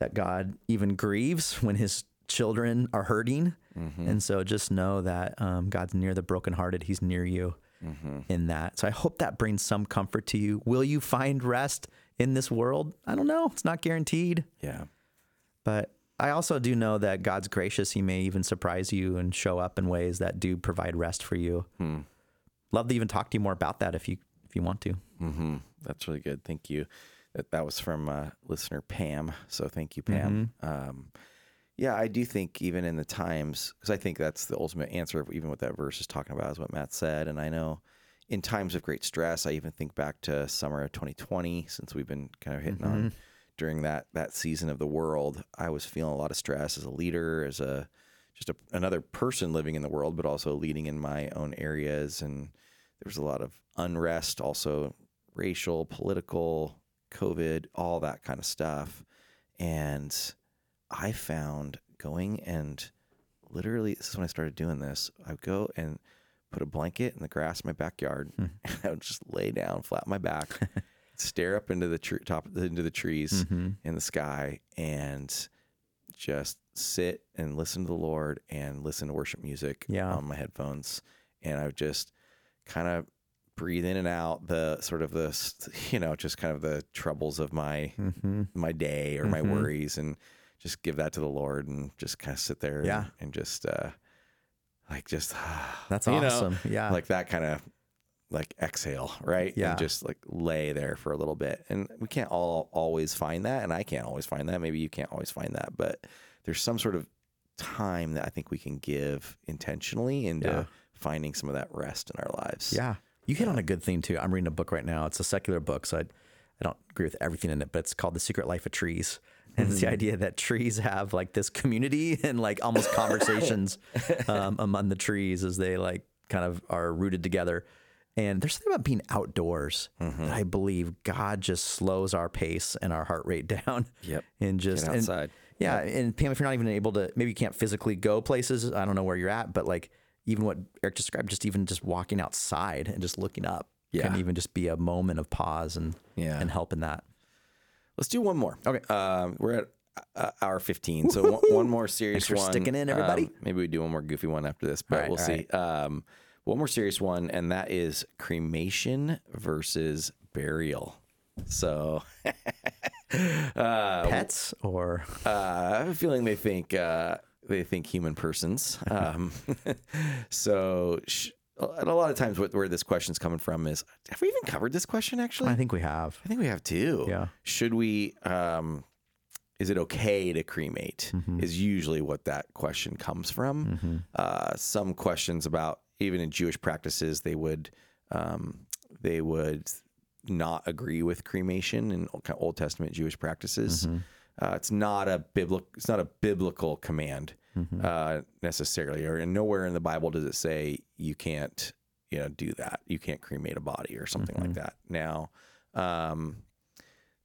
that God even grieves when his children are hurting. Mm-hmm. And so just know that um, God's near the brokenhearted, he's near you Mm-hmm. in that. So I hope that brings some comfort to you. Will you find rest in this world? I don't know. It's not guaranteed. Yeah. But I also do know that God's gracious. He may even surprise you and show up in ways that do provide rest for you. Hmm. Love to even talk to you more about that if you if you want to. hmm That's really good. Thank you. That that was from uh, listener Pam. So thank you, Pam. Um, yeah, I do think even in the times, because I think that's the ultimate answer of even what that verse is talking about is what Matt said. And I know in times of great stress, I even think back to summer of 2020, since we've been kind of hitting on during that that season of the world. I was feeling a lot of stress as a leader, as a just a, another person living in the world, but also leading in my own areas. And there was a lot of unrest, also racial, political, COVID, all that kind of stuff. And I found going and literally, this is when I started doing this. I would go and put a blanket in the grass in my backyard, and I would just lay down flat on my back, stare up into the tre- top into the trees Mm-hmm. in the sky, and just sit and listen to the Lord and listen to worship music Yeah. on my headphones, and I would just kind of breathe in and out the sort of the s- you know just kind of the troubles of my Mm-hmm. my day or my worries and just give that to the Lord and just kind of sit there and- Yeah. and, just uh like just That's you know, awesome. yeah. like that kind of like exhale, right? Yeah. And just like lay there for a little bit. And we can't all always find that. And I can't always find that. Maybe you can't always find that. But there's some sort of time that I think we can give intentionally into Yeah. finding some of that rest in our lives. Yeah. You hit on a good thing too. I'm reading a book right now. It's a secular book, so I, I don't agree with everything in it, but it's called The Secret Life of Trees. And Mm. it's the idea that trees have like this community and like almost conversations um, among the trees as they like kind of are rooted together. And there's something about being outdoors Mm-hmm. that I believe God just slows our pace and our heart rate down. Yep. And just and- outside. yeah, and Pam, if you're not even able to, maybe you can't physically go places. I don't know where you're at, but like even what Eric described, just even just walking outside and just looking up can Yeah. even just be a moment of pause and Yeah. and help in that. Let's do one more. Okay. Um, we're at uh, hour 15. So one, one more serious Thanks for one. sticking in, everybody. Um, maybe we do one more goofy one after this, but right, we'll all see. Um, one more serious one, and that is cremation versus burial. So Pets or uh, I have a feeling they think uh, they think human persons. Um, so, sh- and a lot of times, what, where this question's coming from is, have we even covered this question? Actually, I think we have. I think we have two. Yeah. Should we? Um, is it okay to cremate? Is usually what that question comes from. Uh, some questions about even in Jewish practices, they would um, they would not agree with cremation in Old- kind of Old Testament Jewish practices. Uh, it's not a biblical it's not a biblical command uh, necessarily, or and nowhere in the Bible does it say you can't you know do that. You can't cremate a body or something like that. Now. Um,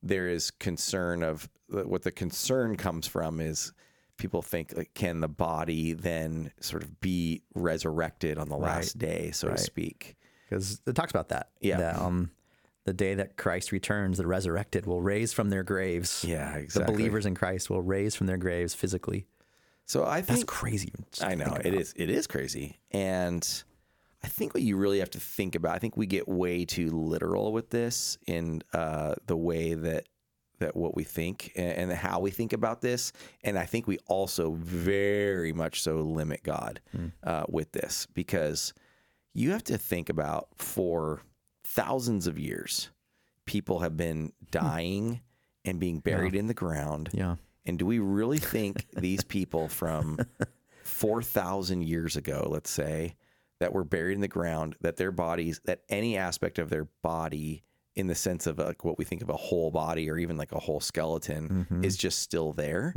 there is concern of uh, what the concern comes from is people think like can the body then sort of be resurrected on the last day so to speak because it talks about that. Yeah. That, um, the day that Christ returns, the resurrected will raise from their graves. Yeah, The exactly. believers in Christ will raise from their graves physically. so i That's think crazy. Just I to know think it about. is. It is crazy, and I think what you really have to think about. I think we get way too literal with this in uh, the way that that what we think and, and how we think about this, and I think we also very much so limit God Hmm. uh, with this because you have to think about for thousands of years, people have been Hmm. dying and being buried in the ground. Yeah. And do we really think these people from 4,000 years ago, let's say, that were buried in the ground, that their bodies, that any aspect of their body, in the sense of like what we think of a whole body or even like a whole skeleton, Mm-hmm. is just still there?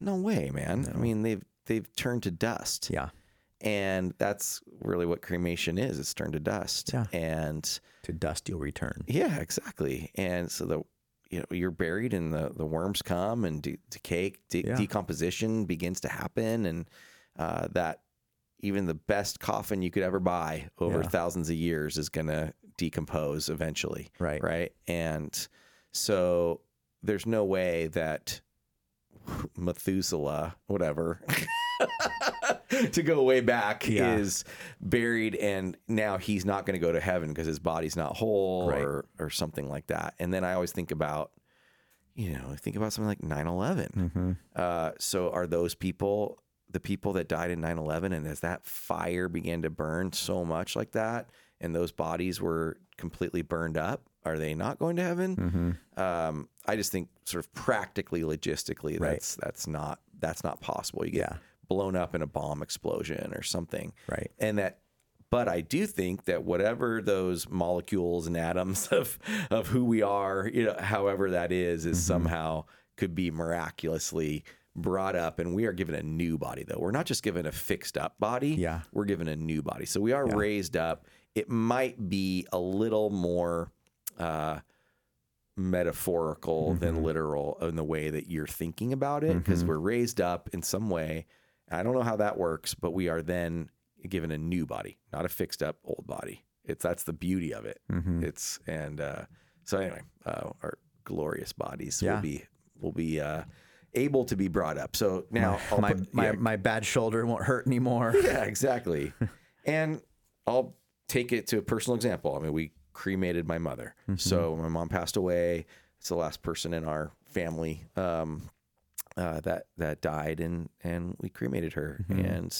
No way, man. I mean, they've they've turned to dust Yeah. and that's really what cremation is it's turned to dust Yeah. and To dust you'll return. yeah exactly and so the you know you're buried and the the worms come and de- decay de- Yeah. decomposition begins to happen and uh, that even the best coffin you could ever buy over Yeah. thousands of years is going to decompose eventually Right. right and so there's no way that Methuselah, whatever, to go way back Yeah. is buried and now he's not going to go to heaven because his body's not whole Right. or or something like that. And then I always think about you know, think about something like 9/11. Mm-hmm. Uh, so are those people the people that died in 9/11 and as that fire began to burn so much like that and those bodies were completely burned up, are they not going to heaven? Hmm. Mm-hmm. Um, I just think sort of practically logistically that's that's not that's not possible. You get Yeah. blown up in a bomb explosion or something. Right. And that but I do think that whatever those molecules and atoms of of who we are, you know, however that is, is somehow could be miraculously brought up, and we are given a new body, though. We're not just given a fixed up body. Yeah. We're given a new body. So we are raised up. It might be a little more uh, metaphorical Mm-hmm. than literal in the way that you're thinking about it because we're raised up in some way. I don't know how that works, but we are then given a new body, not a fixed up old body. It's that's the beauty of it. Mm. Mm-hmm. It's and uh, so anyway, uh, our glorious bodies Yeah. will be will be uh, able to be brought up. So now I'll my put- my, yeah, my bad shoulder won't hurt anymore. yeah, exactly. and I'll take it to a personal example. I mean, we cremated my mother. So my mom passed away. It's the last person in our family um, uh, that that died, and and we cremated her, and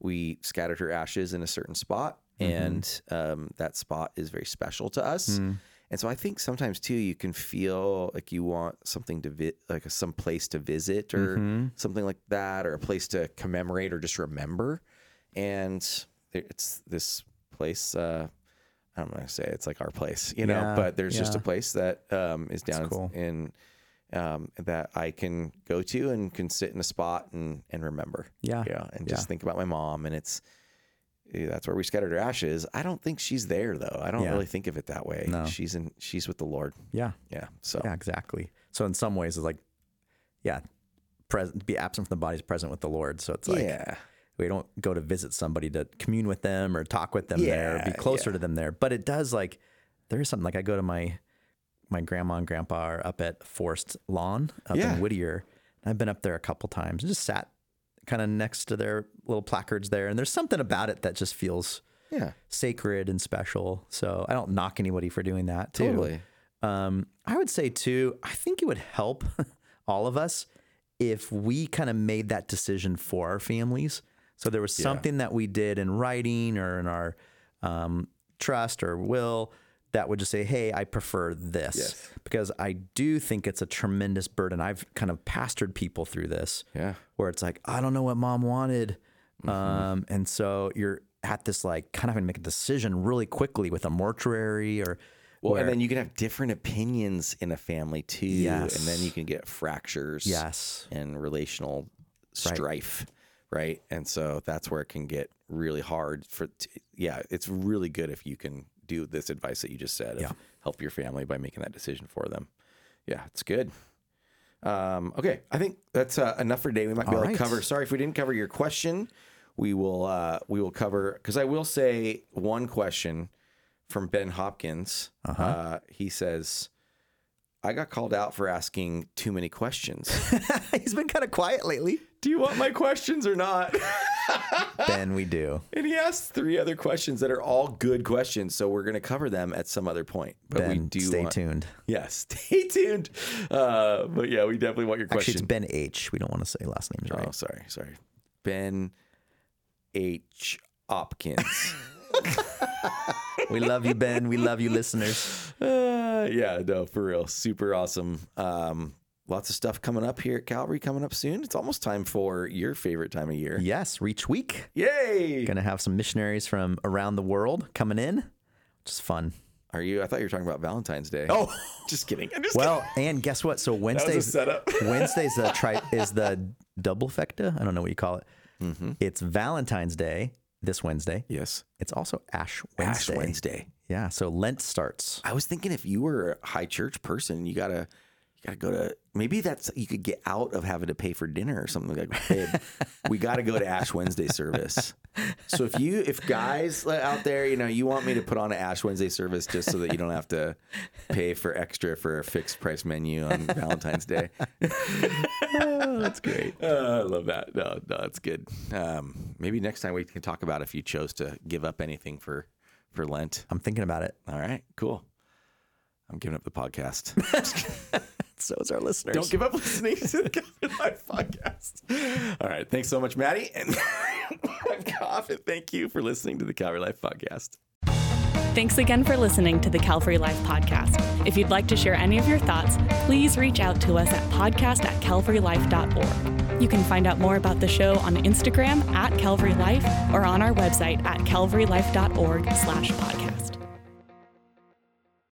we scattered her ashes in a certain spot, and um, that spot is very special to us. And so I think sometimes too, you can feel like you want something to vi- like some place to visit or something like that, or a place to commemorate or just remember. And there- it's this place. Uh, I don't want to say it's like our place, you know, Yeah, but there's just a yeah. place that um, is down cool. in um, that I can go to and can sit in a spot and and remember. Yeah. yeah, and just think about my mom, and it's yeah, that's where we scattered her ashes. I don't think she's there though. I don't Yeah. really think of it that way. She's in she's with the Lord. Yeah. Yeah. So Yeah, exactly. So in some ways, it's like, yeah, present, be absent from the body is present with the Lord. So it's like yeah. we don't go to visit somebody to commune with them or talk with them there, Yeah, be closer to them there. But it does like there is something like I go to my my grandma and grandpa are up at Forest Lawn up Yeah. in Whittier. And I've been up there a couple times and just sat kind of next to their little placards there. And there's something about it that just feels Yeah. sacred and special. So I don't knock anybody for doing that too. Totally. Um, I would say too, I think it would help all of us if we kind of made that decision for our families. So there was something that we did in writing or in our um, trust or will that would just say, "Hey, I prefer this," Yes. because I do think it's a tremendous burden. I've kind of pastored people through this Yeah. where it's like I don't know what mom wanted, Mm-hmm. um, and so you're at this like kind of having to make a decision really quickly with a mortuary or Well, where- and then you can have different opinions in a family too, Yes. and then you can get fractures yes, and relational strife, right. And so that's where it can get really hard for t- yeah, it's really good if you can do this advice that you just said of Yeah. help your family by making that decision for them. Yeah, it's good. Um, okay, I think that's uh, enough for today. We might be All able to right. cover. Sorry if we didn't cover your question. We will uh, we will cover because I will say one question from Ben Hopkins. Uh-huh. uh he says, "I got called out for asking too many questions. He's been kind of quiet lately. Do you want my questions or not?" Ben, we do. and he asked three other questions that are all good questions, so we're going to cover them at some other point. But Ben, we do stay want, tuned. Yeah, stay tuned. Uh, but yeah, we definitely want your Actually, question. it's Ben H. We don't want to say last names, right? Oh, sorry, sorry. Ben H. Hopkins. Oh. we love you, Ben. We love you, listeners. Uh, yeah, no, for real. Super awesome. Um, lots of stuff coming up here at Calvary coming up soon. It's almost time for your favorite time of year. Yes, Reach Week. Yay! Gonna have some missionaries from around the world coming in, which is fun. Are you? I thought you were talking about Valentine's Day. Oh, just kidding. I'm just Well, and guess what? So kidding. That was a Wednesday's setup. Wednesday's the tri- is the double fecta. I don't know what you call it. Mm-hmm. It's Valentine's Day this Wednesday. yes. It's also Ash Ash Wednesday. Wednesday. Yeah, so Lent starts. I was thinking if you were a high church person, you gotta you gotta go to maybe that's you could get out of having to pay for dinner or something like babe, we gotta go to Ash Wednesday service. So if you if guys out there, you know, you want me to put on an Ash Wednesday service just so that you don't have to pay for extra for a fixed price menu on Valentine's Day. Oh, that's great. Uh, I love that. No, no, it's good. Um, maybe next time we can talk about if you chose to give up anything for for Lent. I'm thinking about it. All right, cool. I'm giving up the podcast. So is our listeners. Don't give up listening to the Coffee Life podcast. All right, thanks so much, Maddie. And I'm Coff, and thank you for listening to the Calvary Life podcast. Thanks again for listening to the Calvary Life Podcast. If you'd like to share any of your thoughts, please reach out to us at podcast at calvarylife.org. You can find out more about the show on Instagram at Calvary Life or on our website at calvarylife.org slash podcast.